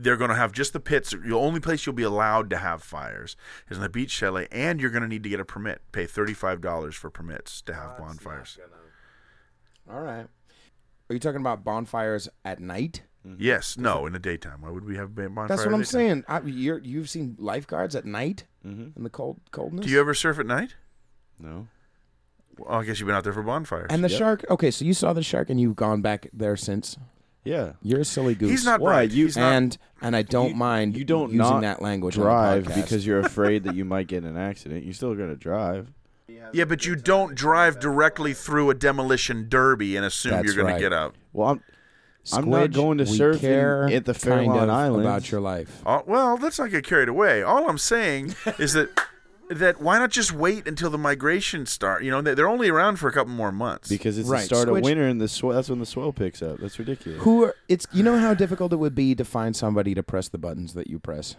[SPEAKER 5] they're going to have just the pits. The only place you'll be allowed to have fires is in the beach chalet, and you're going to need to get a permit. Pay thirty-five dollars for permits to have bonfires.
[SPEAKER 3] All right. Are you talking about bonfires at night?
[SPEAKER 5] Yes, no, in the daytime. Why would we have bonfires?
[SPEAKER 3] That's
[SPEAKER 5] in
[SPEAKER 3] what I'm
[SPEAKER 5] the daytime?
[SPEAKER 3] saying. I, you're, you've seen lifeguards at night
[SPEAKER 5] Mm-hmm.
[SPEAKER 3] in the cold coldness.
[SPEAKER 5] Do you ever surf at night?
[SPEAKER 8] No.
[SPEAKER 5] Well, I guess you've been out there for bonfires.
[SPEAKER 3] and the shark. Okay, so you saw the shark and you've gone back there since.
[SPEAKER 8] Yeah.
[SPEAKER 3] You're a silly goose.
[SPEAKER 5] he's not
[SPEAKER 8] Why,
[SPEAKER 5] right.
[SPEAKER 8] you-
[SPEAKER 5] He's not-
[SPEAKER 3] and and I don't mind
[SPEAKER 8] You don't
[SPEAKER 3] using
[SPEAKER 8] not
[SPEAKER 3] that language on the
[SPEAKER 8] drive
[SPEAKER 3] podcast.
[SPEAKER 8] because you're afraid
[SPEAKER 3] [LAUGHS]
[SPEAKER 8] that you might get in an accident. You're still gonna drive.
[SPEAKER 5] yeah, but you don't drive directly through a demolition derby and assume
[SPEAKER 3] That's
[SPEAKER 5] you're going
[SPEAKER 3] right.
[SPEAKER 5] to get out.
[SPEAKER 8] Well, I'm I'm not
[SPEAKER 3] Squidge,
[SPEAKER 8] going to
[SPEAKER 3] we
[SPEAKER 8] surfing
[SPEAKER 3] care
[SPEAKER 8] at the
[SPEAKER 3] kind
[SPEAKER 8] Fairlawn
[SPEAKER 3] of
[SPEAKER 8] Islands.
[SPEAKER 3] about your life.
[SPEAKER 5] Oh, well, let's not get carried away. All I'm saying is that
[SPEAKER 8] [LAUGHS]
[SPEAKER 5] that why not just wait until the migration start? You know, they- they're only around for a couple more months.
[SPEAKER 8] because it's
[SPEAKER 3] Right,
[SPEAKER 8] the start
[SPEAKER 3] Squidge-
[SPEAKER 8] of winter and the sw- that's when the swell picks up. That's ridiculous.
[SPEAKER 3] Who are, it's you know how difficult it would be to find somebody to press the buttons that you press.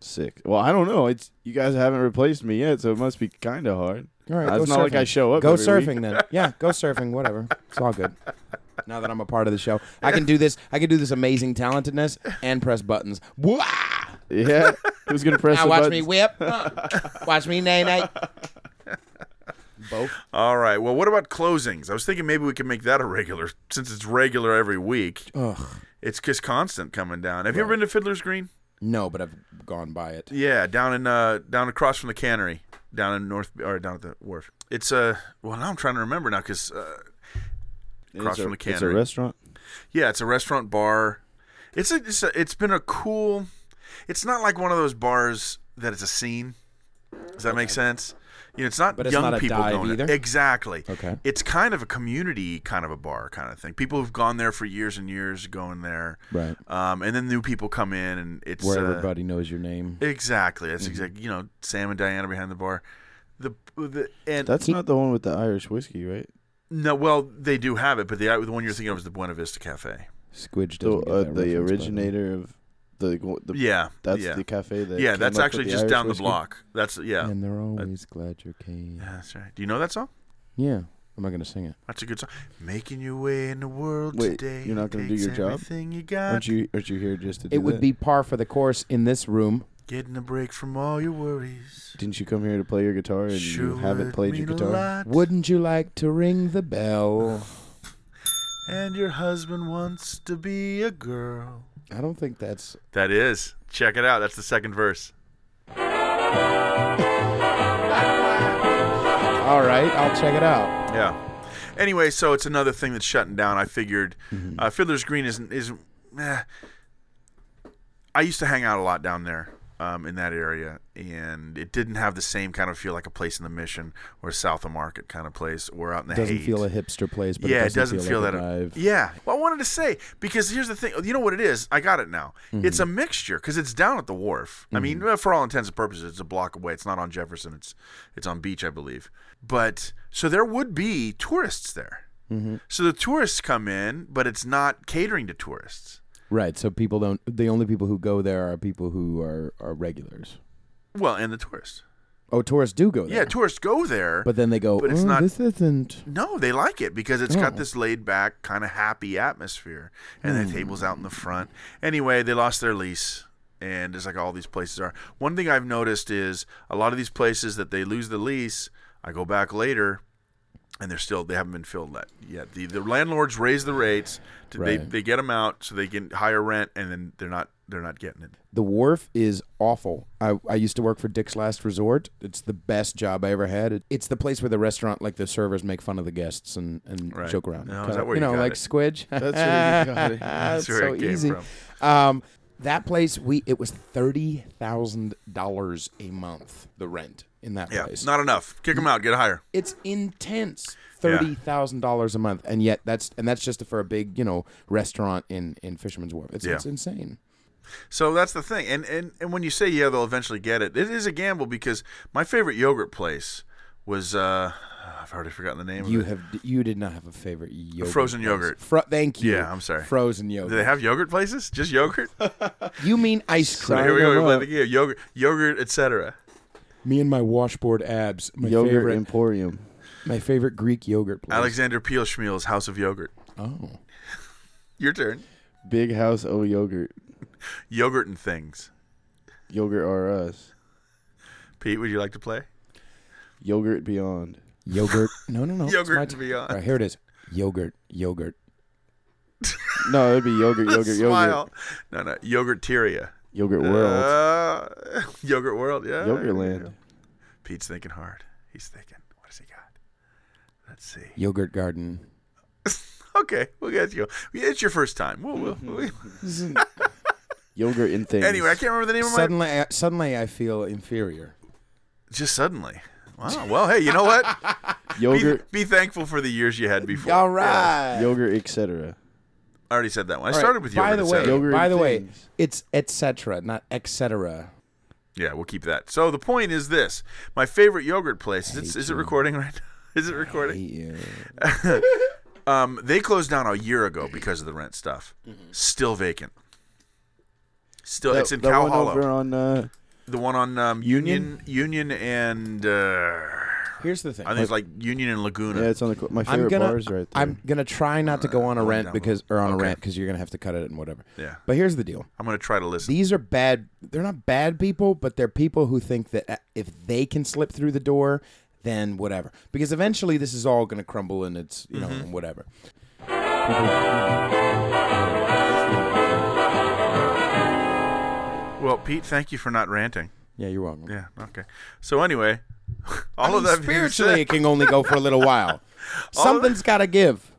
[SPEAKER 8] Sick. Well, I don't know. It's you guys haven't replaced me yet, so it must be kind of hard. Uh,
[SPEAKER 3] All right,
[SPEAKER 8] It's
[SPEAKER 3] go
[SPEAKER 8] not like
[SPEAKER 3] surfing.
[SPEAKER 8] I show up
[SPEAKER 3] Go
[SPEAKER 8] every
[SPEAKER 3] surfing
[SPEAKER 8] week. [LAUGHS]
[SPEAKER 3] then. Yeah, go surfing. Whatever. It's all good. Now that I'm a part of the show, I can do this. I can do this amazing talentedness and press buttons. Wah! [LAUGHS]
[SPEAKER 8] Yeah. Who's gonna press
[SPEAKER 3] Now
[SPEAKER 8] the
[SPEAKER 3] watch me
[SPEAKER 8] buttons? [LAUGHS]
[SPEAKER 3] whip. Huh. Watch me nay nay. Both.
[SPEAKER 5] All right. Well, what about closings? I was thinking maybe we could make that a regular since it's regular every week. It's just constant coming down. Have you ever been to Fiddler's Green?
[SPEAKER 3] No, but I've gone by it.
[SPEAKER 5] Yeah, down in uh down across from the cannery, down in North or down at the wharf. It's uh well now I'm trying to remember now because uh,
[SPEAKER 8] It's
[SPEAKER 5] across
[SPEAKER 8] a-
[SPEAKER 5] from the
[SPEAKER 8] It's a
[SPEAKER 5] cannery.
[SPEAKER 8] restaurant.
[SPEAKER 5] Yeah, it's a restaurant bar. It's a, it's a, it's been a cool. It's not like one of those bars that it's a scene. Does that make sense? You know, it's not
[SPEAKER 3] But it's
[SPEAKER 5] young
[SPEAKER 3] not a
[SPEAKER 5] people
[SPEAKER 3] dive
[SPEAKER 5] going
[SPEAKER 3] either?
[SPEAKER 5] exactly.
[SPEAKER 3] Okay.
[SPEAKER 5] It's kind of a community kind of a bar kind of thing. People who've gone there for years and years going there.
[SPEAKER 3] Right.
[SPEAKER 5] Um, and then new people come in and it's
[SPEAKER 3] Where
[SPEAKER 5] uh,
[SPEAKER 3] everybody knows your name.
[SPEAKER 5] exactly. That's exactly. You know, Sam and Diana behind the bar. The the and
[SPEAKER 8] That's not the one with the Irish whiskey, right?
[SPEAKER 5] no, well, they do have it, but the the one you're thinking of is the Buena Vista Cafe.
[SPEAKER 3] Squidge
[SPEAKER 8] The
[SPEAKER 3] doesn't get
[SPEAKER 8] uh,
[SPEAKER 3] that
[SPEAKER 8] the
[SPEAKER 3] reference, by way.
[SPEAKER 8] originator of the, the
[SPEAKER 5] Yeah,
[SPEAKER 8] That's
[SPEAKER 5] yeah.
[SPEAKER 8] the cafe that.
[SPEAKER 5] yeah,
[SPEAKER 8] came
[SPEAKER 5] that's
[SPEAKER 8] up with
[SPEAKER 5] actually
[SPEAKER 8] the
[SPEAKER 5] just
[SPEAKER 8] Irish
[SPEAKER 5] down
[SPEAKER 8] whiskey?
[SPEAKER 5] the block. That's yeah.
[SPEAKER 3] And they're always glad you came.
[SPEAKER 5] That's right. Do you know that song?
[SPEAKER 3] Yeah. I'm not gonna sing it.
[SPEAKER 5] That's a good song. Making your way in the world
[SPEAKER 8] Wait,
[SPEAKER 5] today.
[SPEAKER 8] you're not gonna do
[SPEAKER 5] takes
[SPEAKER 8] your job?
[SPEAKER 5] Everything you got.
[SPEAKER 8] Aren't you? Aren't you here just to? Do
[SPEAKER 3] It would
[SPEAKER 8] that?
[SPEAKER 3] be par for the course in this room.
[SPEAKER 5] Getting a break from all your worries.
[SPEAKER 8] Didn't you come here to play your guitar and you
[SPEAKER 5] Sure
[SPEAKER 8] haven't
[SPEAKER 5] would
[SPEAKER 8] played your
[SPEAKER 5] mean a
[SPEAKER 8] guitar?
[SPEAKER 5] lot.
[SPEAKER 3] Wouldn't you like to ring the bell?
[SPEAKER 5] And your husband wants to be a girl.
[SPEAKER 3] I don't think that's
[SPEAKER 5] That is. Check it out. That's the second verse.
[SPEAKER 3] all right. I'll check it out.
[SPEAKER 5] Yeah. Anyway, so it's another thing that's shutting down. I figured uh, Fiddler's Green isn't isn't. Eh. I used to hang out a lot down there um, in that area, and it didn't have the same kind of feel like a place in the Mission or South of Market kind of place or out in the
[SPEAKER 3] Doesn't
[SPEAKER 5] Haight.
[SPEAKER 3] feel a hipster place, but
[SPEAKER 5] yeah,
[SPEAKER 3] it doesn't, feel, like a dive.
[SPEAKER 5] Yeah. Well, I wanted to say because here's the thing. You know what it is? I got it now. It's a
[SPEAKER 3] Mm-hmm.
[SPEAKER 5] mixture because it's down at the wharf. I mean, well, for all intents and purposes, it's a block away. It's not on Jefferson. It's it's on Beach, I believe. But so there would be tourists there.
[SPEAKER 3] Mm-hmm.
[SPEAKER 5] So the tourists come in, but it's not catering to tourists.
[SPEAKER 3] Right. So people don't. The only people who go there are people who are are regulars.
[SPEAKER 5] Well, and the tourists.
[SPEAKER 3] Oh, tourists do go there.
[SPEAKER 5] Yeah, tourists go there,
[SPEAKER 3] but then they go.
[SPEAKER 5] But it's
[SPEAKER 3] "Oh,
[SPEAKER 5] not-
[SPEAKER 3] This isn't.
[SPEAKER 5] No, they like it because it's
[SPEAKER 3] Oh.
[SPEAKER 5] got this laid back, kind of happy atmosphere, and
[SPEAKER 3] Hmm.
[SPEAKER 5] the tables out in the front. Anyway, they lost their lease, and it's like all these places are. One thing I've noticed is a lot of these places that they lose the lease, I go back later, and they're still they haven't been filled let- yet. The the landlords raise the rates, to, they
[SPEAKER 3] Right.
[SPEAKER 5] they get them out so they can higher rent, and then they're not they're not getting it.
[SPEAKER 3] The wharf is awful. I, I used to work for Dick's Last Resort. It's the best job I ever had. It- it's the place where the restaurant, like the servers, make fun of the guests and, and
[SPEAKER 5] Right.
[SPEAKER 3] joke around.
[SPEAKER 5] Oh, is
[SPEAKER 3] Kinda-
[SPEAKER 5] that where
[SPEAKER 3] you
[SPEAKER 5] you
[SPEAKER 3] know,
[SPEAKER 5] got
[SPEAKER 3] like
[SPEAKER 5] it?
[SPEAKER 3] Squidge.
[SPEAKER 8] That's
[SPEAKER 3] [LAUGHS]
[SPEAKER 8] where you got it.
[SPEAKER 3] That's
[SPEAKER 5] where
[SPEAKER 3] so
[SPEAKER 5] it came
[SPEAKER 3] easy.
[SPEAKER 5] from.
[SPEAKER 3] Um, that place, we it was thirty thousand dollars a month the rent in that
[SPEAKER 5] Yeah,
[SPEAKER 3] place.
[SPEAKER 5] not enough. Kick them out. Get higher.
[SPEAKER 3] it's intense.
[SPEAKER 5] Yeah.
[SPEAKER 3] Thirty thousand dollars a month, and yet that's and that's just for a big you know restaurant in in Fisherman's Wharf. It's,
[SPEAKER 5] Yeah.
[SPEAKER 3] it's insane.
[SPEAKER 5] So that's the thing, and and and when you say yeah, they'll eventually get it. It is a gamble because my favorite yogurt place was uh, I've already forgotten the name.
[SPEAKER 3] You
[SPEAKER 5] of it.
[SPEAKER 3] have you did not have a favorite yogurt.
[SPEAKER 5] Frozen
[SPEAKER 3] place.
[SPEAKER 5] yogurt.
[SPEAKER 3] Fro- thank you.
[SPEAKER 5] Yeah, I'm sorry.
[SPEAKER 3] Frozen
[SPEAKER 5] Do they
[SPEAKER 3] yogurt.
[SPEAKER 5] have yogurt places? Just
[SPEAKER 8] [LAUGHS]
[SPEAKER 5] yogurt?
[SPEAKER 3] you mean ice cream?
[SPEAKER 5] Here we go. We're playing the game. Yogurt, yogurt, etc.
[SPEAKER 3] Me and my washboard abs. My
[SPEAKER 8] Yogurt
[SPEAKER 3] favorite.
[SPEAKER 8] Emporium.
[SPEAKER 3] my favorite Greek yogurt place.
[SPEAKER 5] Alexander Peel Schmeel's House of Yogurt.
[SPEAKER 3] Oh.
[SPEAKER 5] Your turn.
[SPEAKER 8] Big House O Yogurt.
[SPEAKER 5] Yogurt and things.
[SPEAKER 8] Yogurt R Us.
[SPEAKER 5] Pete, would you like to play?
[SPEAKER 8] Yogurt Beyond.
[SPEAKER 3] Yogurt. No,
[SPEAKER 5] [LAUGHS]
[SPEAKER 3] no, no. it's
[SPEAKER 5] Yogurt
[SPEAKER 3] my
[SPEAKER 5] to
[SPEAKER 3] turn.
[SPEAKER 5] be on.
[SPEAKER 3] All right, here it is. Yogurt. Yogurt.
[SPEAKER 8] No, it'd be yogurt, yogurt,
[SPEAKER 5] Smile. No, no. Yogurteria.
[SPEAKER 8] yogurt, yogurt world,
[SPEAKER 5] Uh, [LAUGHS] yogurt World. Yeah.
[SPEAKER 8] yogurt land.
[SPEAKER 5] Pete's thinking hard. He's thinking. What has he got? Let's see.
[SPEAKER 3] Yogurt garden.
[SPEAKER 5] Okay, we'll get you. It's your first time. We'll, we'll, we
[SPEAKER 8] Yogurt and things.
[SPEAKER 5] Anyway, I can't remember the name of my.
[SPEAKER 3] Suddenly, I, suddenly, I feel inferior.
[SPEAKER 5] Just suddenly. Wow. Well, hey, you know what? be,
[SPEAKER 8] yogurt,
[SPEAKER 5] be thankful for the years you had before. Yeah.
[SPEAKER 8] yogurt, etc.
[SPEAKER 5] I already said that one. I started with
[SPEAKER 3] By
[SPEAKER 5] yogurt,
[SPEAKER 3] the
[SPEAKER 5] et
[SPEAKER 3] way,
[SPEAKER 5] cetera.
[SPEAKER 8] Yogurt
[SPEAKER 3] by
[SPEAKER 8] and
[SPEAKER 3] the way,
[SPEAKER 8] things.
[SPEAKER 3] it's etc. Not etc.
[SPEAKER 5] Yeah, we'll keep that. So the point is this: my favorite yogurt place. Is it, is it recording right now? [LAUGHS] Is it recording?
[SPEAKER 3] Yeah.
[SPEAKER 5] Um, they closed down a year ago because of the rent stuff. Still vacant. Still, it's in
[SPEAKER 8] that
[SPEAKER 5] Cow
[SPEAKER 8] one
[SPEAKER 5] Hollow.
[SPEAKER 8] over on uh,
[SPEAKER 5] the one on um, Union, Union, and uh,
[SPEAKER 3] Here's the thing.
[SPEAKER 5] I think it's like Union and Laguna.
[SPEAKER 8] yeah, it's on the cl- my favorite
[SPEAKER 3] I'm gonna
[SPEAKER 8] bars right there.
[SPEAKER 3] I'm gonna try not to go on a
[SPEAKER 5] going
[SPEAKER 3] rent
[SPEAKER 5] down.
[SPEAKER 3] because or on
[SPEAKER 5] Okay.
[SPEAKER 3] a rent because you're gonna have to cut it and whatever.
[SPEAKER 5] Yeah.
[SPEAKER 3] But here's the deal.
[SPEAKER 5] I'm gonna try to listen.
[SPEAKER 3] These are bad. They're not bad people, but they're people who think that uh, if they can slip through the door, then whatever. Because eventually, this is all gonna crumble and it's you know
[SPEAKER 5] Mm-hmm.
[SPEAKER 3] whatever.
[SPEAKER 5] well, Pete, thank you for not ranting.
[SPEAKER 3] Yeah, you're welcome.
[SPEAKER 5] Yeah. Okay. So anyway, [LAUGHS]
[SPEAKER 3] I
[SPEAKER 5] all
[SPEAKER 3] mean,
[SPEAKER 5] of that being
[SPEAKER 3] spiritually, it
[SPEAKER 5] said-
[SPEAKER 3] can only go for a little
[SPEAKER 5] [LAUGHS]
[SPEAKER 3] while. Something's got to give.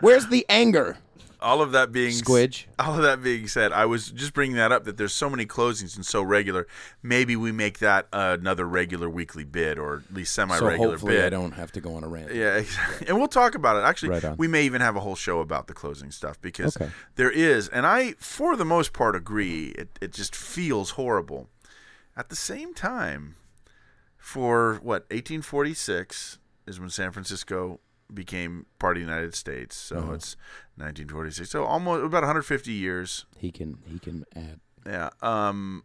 [SPEAKER 3] Where's the anger?
[SPEAKER 5] all of that being s-
[SPEAKER 3] Squidge.
[SPEAKER 5] all of that being said, I was just bringing that up that there's so many closings and so regular. Maybe we make that another regular weekly bid or at least
[SPEAKER 3] So
[SPEAKER 5] semi-regular
[SPEAKER 3] hopefully,
[SPEAKER 5] bid.
[SPEAKER 3] I don't have to go on a rant.
[SPEAKER 5] Yeah, [LAUGHS] exactly. and we'll talk about it. Actually,
[SPEAKER 3] Right on.
[SPEAKER 5] we may even have a whole show about the closing stuff because
[SPEAKER 3] Okay.
[SPEAKER 5] there is, and I, for the most part, agree. It, it just feels horrible. At the same time, for what 1846 is when San Francisco became part of the United States. So
[SPEAKER 3] Uh-huh.
[SPEAKER 5] it's 1946. So almost about 150 years.
[SPEAKER 3] He can. He can add.
[SPEAKER 5] Yeah. Um,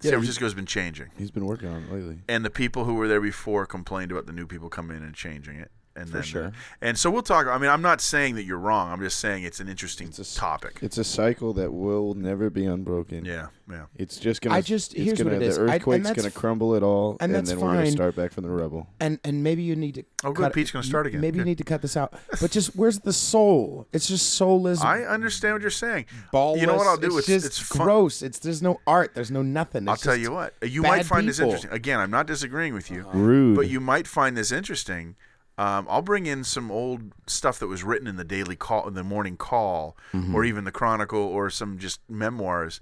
[SPEAKER 5] San Francisco has been changing
[SPEAKER 8] He's been working on it lately.
[SPEAKER 5] and the people who were there before complained about the new people coming in and changing it. And then,
[SPEAKER 3] sure.
[SPEAKER 5] And so we'll talk. I mean, I'm not saying that you're wrong. I'm just saying it's an interesting topic.
[SPEAKER 8] It's a cycle that will never be unbroken.
[SPEAKER 5] Yeah, yeah.
[SPEAKER 8] It's just gonna.
[SPEAKER 3] I just-
[SPEAKER 8] it's
[SPEAKER 3] here's
[SPEAKER 8] gonna,
[SPEAKER 3] what it
[SPEAKER 8] the
[SPEAKER 3] is. I- and
[SPEAKER 8] earthquake's
[SPEAKER 3] that's
[SPEAKER 8] gonna
[SPEAKER 3] f-
[SPEAKER 8] crumble it all,
[SPEAKER 3] and that's
[SPEAKER 8] then we're gonna
[SPEAKER 3] fine.
[SPEAKER 8] start back from the rubble.
[SPEAKER 3] And and maybe you need to.
[SPEAKER 5] Oh, good,
[SPEAKER 3] cut it-
[SPEAKER 5] Pete's gonna start
[SPEAKER 3] you-
[SPEAKER 5] again.
[SPEAKER 3] Maybe you
[SPEAKER 5] Good.
[SPEAKER 3] need to cut this out. But just where's the soul? It's just soulless.
[SPEAKER 5] I understand what you're saying.
[SPEAKER 3] Ballless.
[SPEAKER 5] you know what I'll do?
[SPEAKER 3] It's,
[SPEAKER 5] It's,
[SPEAKER 3] just
[SPEAKER 5] it's fun.
[SPEAKER 3] gross. It's there's no art. There's no nothing.
[SPEAKER 5] I'll
[SPEAKER 3] It's
[SPEAKER 5] tell
[SPEAKER 3] just
[SPEAKER 5] you what. uh, You
[SPEAKER 3] bad
[SPEAKER 5] might find this
[SPEAKER 3] people.
[SPEAKER 5] interesting. Again, I'm not disagreeing with you,
[SPEAKER 8] Uh-huh. Rude.
[SPEAKER 5] but you might find this interesting. Um, I'll bring in some old stuff that was written in the Daily Call, in the Morning Call,
[SPEAKER 8] Mm-hmm.
[SPEAKER 5] or even the Chronicle, or some just memoirs,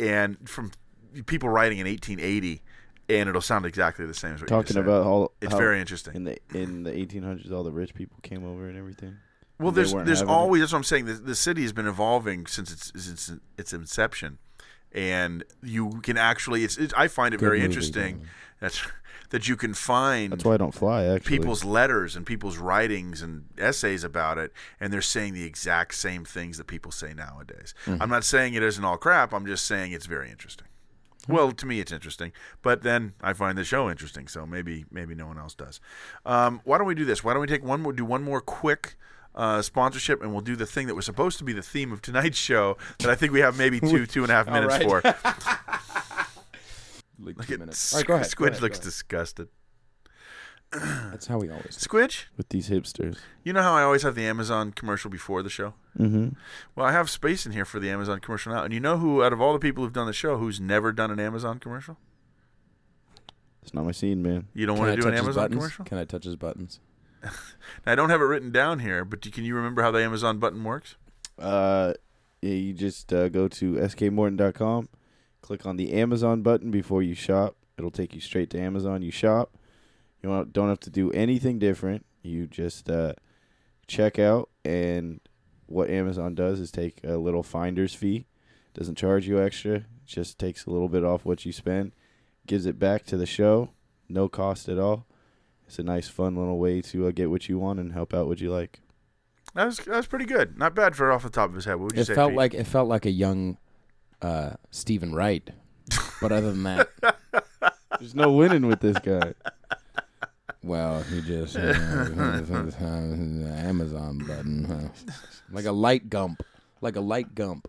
[SPEAKER 5] and from people writing in 1880, and it'll sound exactly the same as what you just
[SPEAKER 8] talking
[SPEAKER 5] said.
[SPEAKER 8] about all.
[SPEAKER 5] It's
[SPEAKER 8] how
[SPEAKER 5] very interesting.
[SPEAKER 8] In the in the 1800s, all the rich people came over and everything.
[SPEAKER 5] Well,
[SPEAKER 8] they
[SPEAKER 5] there's
[SPEAKER 8] weren't
[SPEAKER 5] there's
[SPEAKER 8] having it.
[SPEAKER 5] always that's what I'm saying. The, the city has been evolving since its since its inception, and you can actually it's it, I find it very
[SPEAKER 3] movie,
[SPEAKER 5] interesting that that you can find
[SPEAKER 8] That's why I don't fly. Actually,
[SPEAKER 5] Mm. people's letters and people's writings and essays about it, and they're saying the exact same things that people say nowadays.
[SPEAKER 3] Mm-hmm.
[SPEAKER 5] I'm not saying it isn't all crap. I'm just saying it's very interesting. Well, to me, it's interesting, but then I find the show interesting. So maybe, maybe no one else does. Um, why don't we do this? Why don't we take one more, do one more quick uh, sponsorship, and we'll do the thing that was supposed to be the theme of tonight's show that I think we have
[SPEAKER 3] [LAUGHS]
[SPEAKER 5] maybe two, two and a half minutes for.
[SPEAKER 3] Like
[SPEAKER 5] Look
[SPEAKER 3] two
[SPEAKER 5] at
[SPEAKER 3] minutes.
[SPEAKER 5] S-
[SPEAKER 3] All right, go ahead.
[SPEAKER 5] Squidge
[SPEAKER 3] go ahead, go
[SPEAKER 5] looks
[SPEAKER 3] ahead.
[SPEAKER 5] disgusted.
[SPEAKER 3] That's how we always.
[SPEAKER 5] Squidge,
[SPEAKER 8] with these hipsters.
[SPEAKER 5] You know how I always have the Amazon commercial before the show?
[SPEAKER 8] Mm-hmm.
[SPEAKER 5] Well, I have space in here for the Amazon commercial now. And you know who, out of all the people who've done the show, who's never done an Amazon commercial?
[SPEAKER 8] It's not my scene, man.
[SPEAKER 5] You don't
[SPEAKER 3] Can
[SPEAKER 5] want
[SPEAKER 3] I
[SPEAKER 5] to do an
[SPEAKER 3] touch his
[SPEAKER 5] Amazon
[SPEAKER 3] buttons?
[SPEAKER 5] commercial?
[SPEAKER 3] Can I touch his buttons?
[SPEAKER 5] I don't have it written down here, but do- can you remember how the Amazon button works?
[SPEAKER 8] Uh, yeah, you just uh, go to skmorton.com, click on the Amazon button before you shop. It'll take you straight to Amazon. You shop. You don't- don't have to do anything different. You just uh, check out, and what Amazon does is take a little finder's fee. Doesn't charge you extra. Just takes a little bit off what you spend, gives it back to the show, no cost at all. It's a nice, fun little way to uh, get what you want and help out what you like.
[SPEAKER 5] That was, that was pretty good. Not bad for off the top of his head. What would you
[SPEAKER 3] It
[SPEAKER 5] say?
[SPEAKER 3] felt
[SPEAKER 5] Pete?
[SPEAKER 3] like it felt like a young uh, Stephen
[SPEAKER 5] [LAUGHS]
[SPEAKER 3] Wright, but other than that,
[SPEAKER 8] There's no winning with this guy.
[SPEAKER 3] well, he just uh,
[SPEAKER 5] [LAUGHS]
[SPEAKER 3] Amazon button, huh? like a light gump, like a light gump.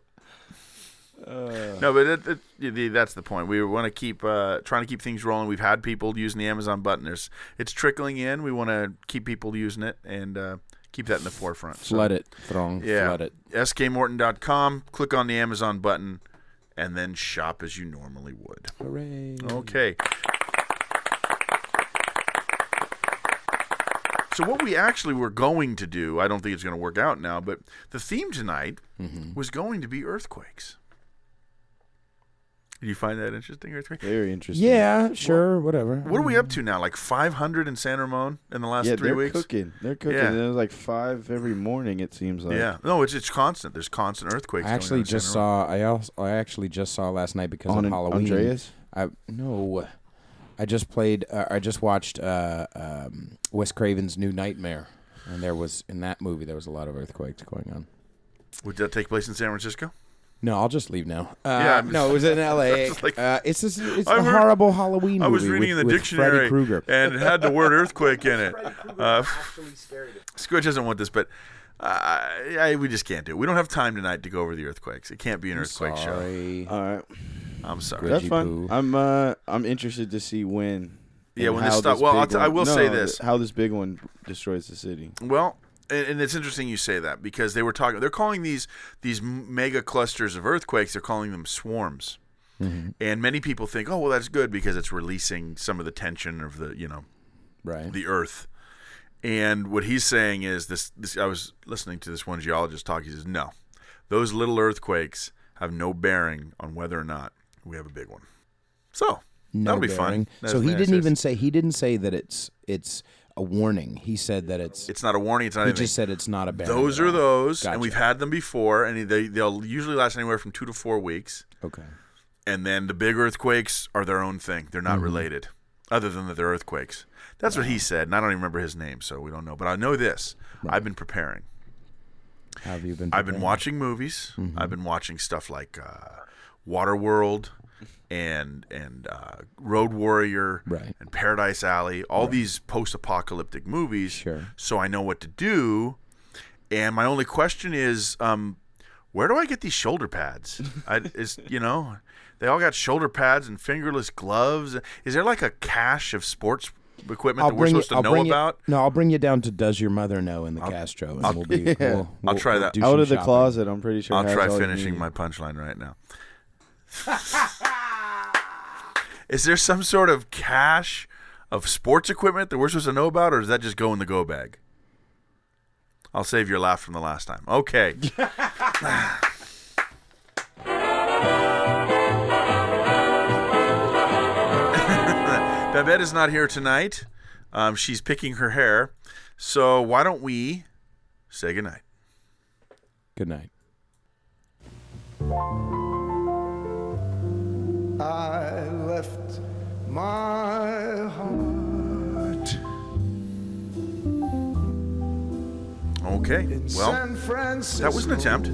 [SPEAKER 5] No, but it, it, y- the- that's the point. We want to keep uh, trying to keep things rolling. We've had people using the Amazon button. There's, it's trickling in. We want to keep people using it and uh, keep that in the forefront. So,
[SPEAKER 8] Flood it.
[SPEAKER 10] Throng.
[SPEAKER 5] yeah,
[SPEAKER 8] flood it.
[SPEAKER 5] skmorton.com. Click on the Amazon button, and then shop as you normally would.
[SPEAKER 8] Hooray.
[SPEAKER 5] Oh, Okay. So what we actually were going to do, I don't think it's going to work out now, but the theme tonight
[SPEAKER 8] Mm-hmm.
[SPEAKER 5] was going to be earthquakes. Did you find that interesting, earthquake?
[SPEAKER 8] Very interesting.
[SPEAKER 10] Yeah, sure, whatever.
[SPEAKER 5] What are we up to now? Like 500 in San Ramon in the last
[SPEAKER 8] yeah,
[SPEAKER 5] 3
[SPEAKER 8] they're
[SPEAKER 5] weeks?
[SPEAKER 8] cooking. They're cooking.
[SPEAKER 5] Yeah.
[SPEAKER 8] And There's like five every morning. It seems like.
[SPEAKER 5] Yeah. No, it's it's constant. There's constant earthquakes.
[SPEAKER 3] I
[SPEAKER 5] going on
[SPEAKER 3] actually
[SPEAKER 5] in San
[SPEAKER 3] just
[SPEAKER 5] Ramon.
[SPEAKER 3] saw. I also, I actually just saw last night because
[SPEAKER 8] On
[SPEAKER 3] of
[SPEAKER 8] an
[SPEAKER 3] Halloween.
[SPEAKER 8] Andreas.
[SPEAKER 3] I no. I just played. Uh, I just watched uh, um, Wes Craven's New Nightmare, and there was in that movie there was a lot of earthquakes going on.
[SPEAKER 5] Would that take place in San Francisco?
[SPEAKER 3] No, I'll just leave now. Uh,
[SPEAKER 5] Yeah, [LAUGHS] I'm-
[SPEAKER 3] no, it was in L.A.
[SPEAKER 5] just like-
[SPEAKER 3] uh, it's just, it's
[SPEAKER 5] I
[SPEAKER 3] a
[SPEAKER 5] heard-
[SPEAKER 3] horrible Halloween
[SPEAKER 5] I
[SPEAKER 3] movie.
[SPEAKER 5] was reading
[SPEAKER 3] with,
[SPEAKER 5] in the
[SPEAKER 3] with
[SPEAKER 5] dictionary
[SPEAKER 3] Freddy Krueger.
[SPEAKER 5] [LAUGHS] and it had the word earthquake in it. Uh, Squidge doesn't want this, but uh, I, we just can't do it. We don't have time tonight to go over the earthquakes. It can't be an earthquake show.
[SPEAKER 3] Sorry.
[SPEAKER 8] All right.
[SPEAKER 5] I'm sorry.
[SPEAKER 8] That's fun.
[SPEAKER 3] Poo.
[SPEAKER 8] I'm uh I'm interested to see when.
[SPEAKER 5] Yeah,
[SPEAKER 8] and
[SPEAKER 5] when this
[SPEAKER 8] how
[SPEAKER 5] stuff- well,
[SPEAKER 8] big
[SPEAKER 5] I'll t- I
[SPEAKER 8] one-
[SPEAKER 5] will
[SPEAKER 8] no,
[SPEAKER 5] say this.
[SPEAKER 8] How this big one destroys the city.
[SPEAKER 5] Well, and, and it's interesting you say that because they were talking. They're calling these these m- mega clusters of earthquakes. They're calling them swarms.
[SPEAKER 3] Mm-hmm.
[SPEAKER 5] And many people think, oh well, that's good because it's releasing some of the tension of the you know
[SPEAKER 3] Right.
[SPEAKER 5] the earth. And what he's saying is this, this I was listening to this one geologist talk. He says, no, those little earthquakes have no bearing on whether or not we have a big one. So
[SPEAKER 3] no
[SPEAKER 5] that'll be fun.
[SPEAKER 3] bearing.
[SPEAKER 5] That's
[SPEAKER 3] So he
[SPEAKER 5] what it
[SPEAKER 3] didn't
[SPEAKER 5] says.
[SPEAKER 3] even say he didn't say that it's it's a warning. He said that it's
[SPEAKER 5] It's not a warning. It's not
[SPEAKER 3] he
[SPEAKER 5] anything.
[SPEAKER 3] just said it's not a bearing.
[SPEAKER 5] Those
[SPEAKER 3] at
[SPEAKER 5] are
[SPEAKER 3] all.
[SPEAKER 5] those, and
[SPEAKER 3] Gotcha.
[SPEAKER 5] we've had them before, and they they'll usually last anywhere from two to four weeks.
[SPEAKER 3] Okay.
[SPEAKER 5] And then the big earthquakes are their own thing; they're
[SPEAKER 3] Mm-hmm.
[SPEAKER 5] not related, other than that they're earthquakes. That's what he said, and I don't even remember his name, so we don't know. But I know this: I've been preparing.
[SPEAKER 3] Have you been?
[SPEAKER 5] I've
[SPEAKER 3] preparing?
[SPEAKER 5] been
[SPEAKER 3] Mm-hmm.
[SPEAKER 5] watching movies. I've been watching stuff like uh, Waterworld and and uh, Road Warrior
[SPEAKER 3] Right.
[SPEAKER 5] and Paradise Alley. All these post-apocalyptic movies.
[SPEAKER 3] Sure.
[SPEAKER 5] So I know what to do. And my only question is, um, where do I get these shoulder pads? I, is [LAUGHS] you know, they all got shoulder pads and fingerless gloves. Is there like a cache of sports equipment that we're
[SPEAKER 3] you-
[SPEAKER 5] supposed to
[SPEAKER 3] I'll
[SPEAKER 5] know
[SPEAKER 3] bring you-
[SPEAKER 5] about?
[SPEAKER 3] no, I'll bring you down to Does Your Mother Know in the Castro, and
[SPEAKER 5] [LAUGHS]
[SPEAKER 3] we'll be. we'll, we'll-
[SPEAKER 5] try
[SPEAKER 3] we'll
[SPEAKER 5] that.
[SPEAKER 3] do
[SPEAKER 8] Out
[SPEAKER 3] some
[SPEAKER 8] of the
[SPEAKER 3] shopping.
[SPEAKER 8] closet. I'm pretty sure.
[SPEAKER 5] I'll
[SPEAKER 8] has
[SPEAKER 5] try
[SPEAKER 8] all you
[SPEAKER 5] finishing
[SPEAKER 8] need.
[SPEAKER 5] my punchline right now. is there some sort of cache of sports equipment that we're supposed to know about, or does that just go in the go bag? I'll save your laugh from the last time. Okay. Babette is not here tonight. Um, she's picking her hair. So why don't we say goodnight?
[SPEAKER 3] Good night.
[SPEAKER 11] I left my heart
[SPEAKER 5] Okay.
[SPEAKER 11] in
[SPEAKER 5] Well,
[SPEAKER 11] San Francisco.
[SPEAKER 5] that was an attempt.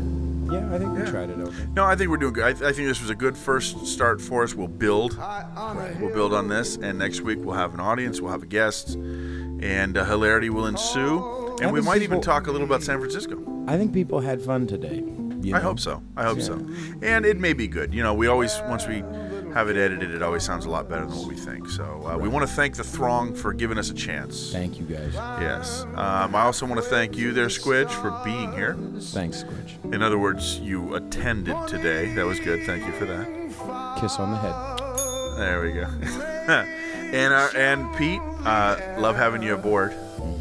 [SPEAKER 3] Yeah, I think we tried it over.
[SPEAKER 5] No, I think we're doing good. I, th- I think this was a good first start for us. We'll build.
[SPEAKER 11] I honor
[SPEAKER 5] We'll build on this, and next week we'll have an audience. We'll have a guest, and uh, hilarity will
[SPEAKER 11] Oh.
[SPEAKER 5] ensue. And we
[SPEAKER 3] That was
[SPEAKER 5] might even
[SPEAKER 3] people-
[SPEAKER 5] talk a little about San Francisco.
[SPEAKER 3] I think people had fun today. you
[SPEAKER 5] I
[SPEAKER 3] know?
[SPEAKER 5] hope so. I hope so. And it may be good. You know, we always once we have it edited, it always sounds a lot better than what we think. So uh, we want to thank the Throng for giving us a chance.
[SPEAKER 3] Thank you guys.
[SPEAKER 5] Yes. Um, I also want to thank you there, Squidge, for being here.
[SPEAKER 3] Thanks, Squidge.
[SPEAKER 5] In other words, you attended today. That was good. Thank you for that.
[SPEAKER 3] Kiss on the head.
[SPEAKER 5] There we go. [LAUGHS] and our, and Pete, uh, love having you aboard.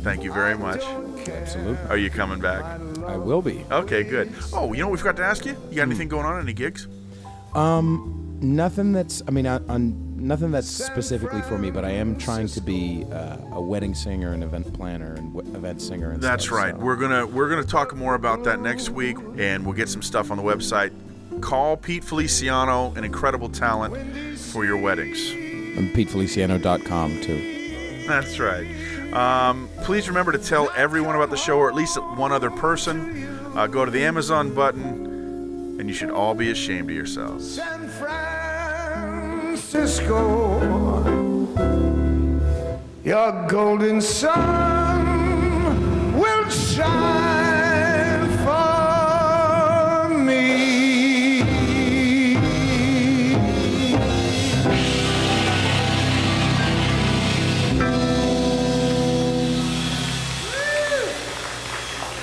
[SPEAKER 5] Thank you very much.
[SPEAKER 3] Absolutely.
[SPEAKER 5] Are you coming back?
[SPEAKER 3] I will be.
[SPEAKER 5] Okay, good. Oh, you know what we forgot to ask you? You got anything going on? Any gigs?
[SPEAKER 3] Nothing that's. I mean, on, on nothing that's specifically for me, but I am trying to be uh, a wedding singer, an event planner, and w- event singer. And
[SPEAKER 5] That's
[SPEAKER 3] stuff,
[SPEAKER 5] right.
[SPEAKER 3] so-
[SPEAKER 5] We're gonna we're gonna talk more about that next week, and we'll get some stuff on the website. Call Pete Feliciano, an incredible talent, for your weddings.
[SPEAKER 3] And PeteFeliciano.com too.
[SPEAKER 5] That's right. Um, please remember to tell everyone about the show, or at least one other person. Uh, go to the Amazon button, and you should all be ashamed of yourselves.
[SPEAKER 11] San Francisco. Your golden sun will shine for me.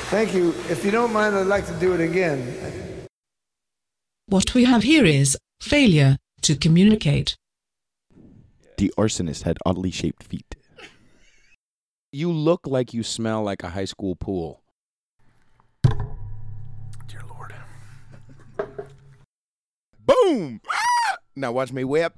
[SPEAKER 11] Thank you. If you don't mind, I'd like to do it again.
[SPEAKER 1] What we have here is failure to communicate.
[SPEAKER 8] The arsonist had oddly shaped feet.
[SPEAKER 6] You look like you smell like a high school pool.
[SPEAKER 5] Dear Lord.
[SPEAKER 3] Boom! Ah! now watch me whip.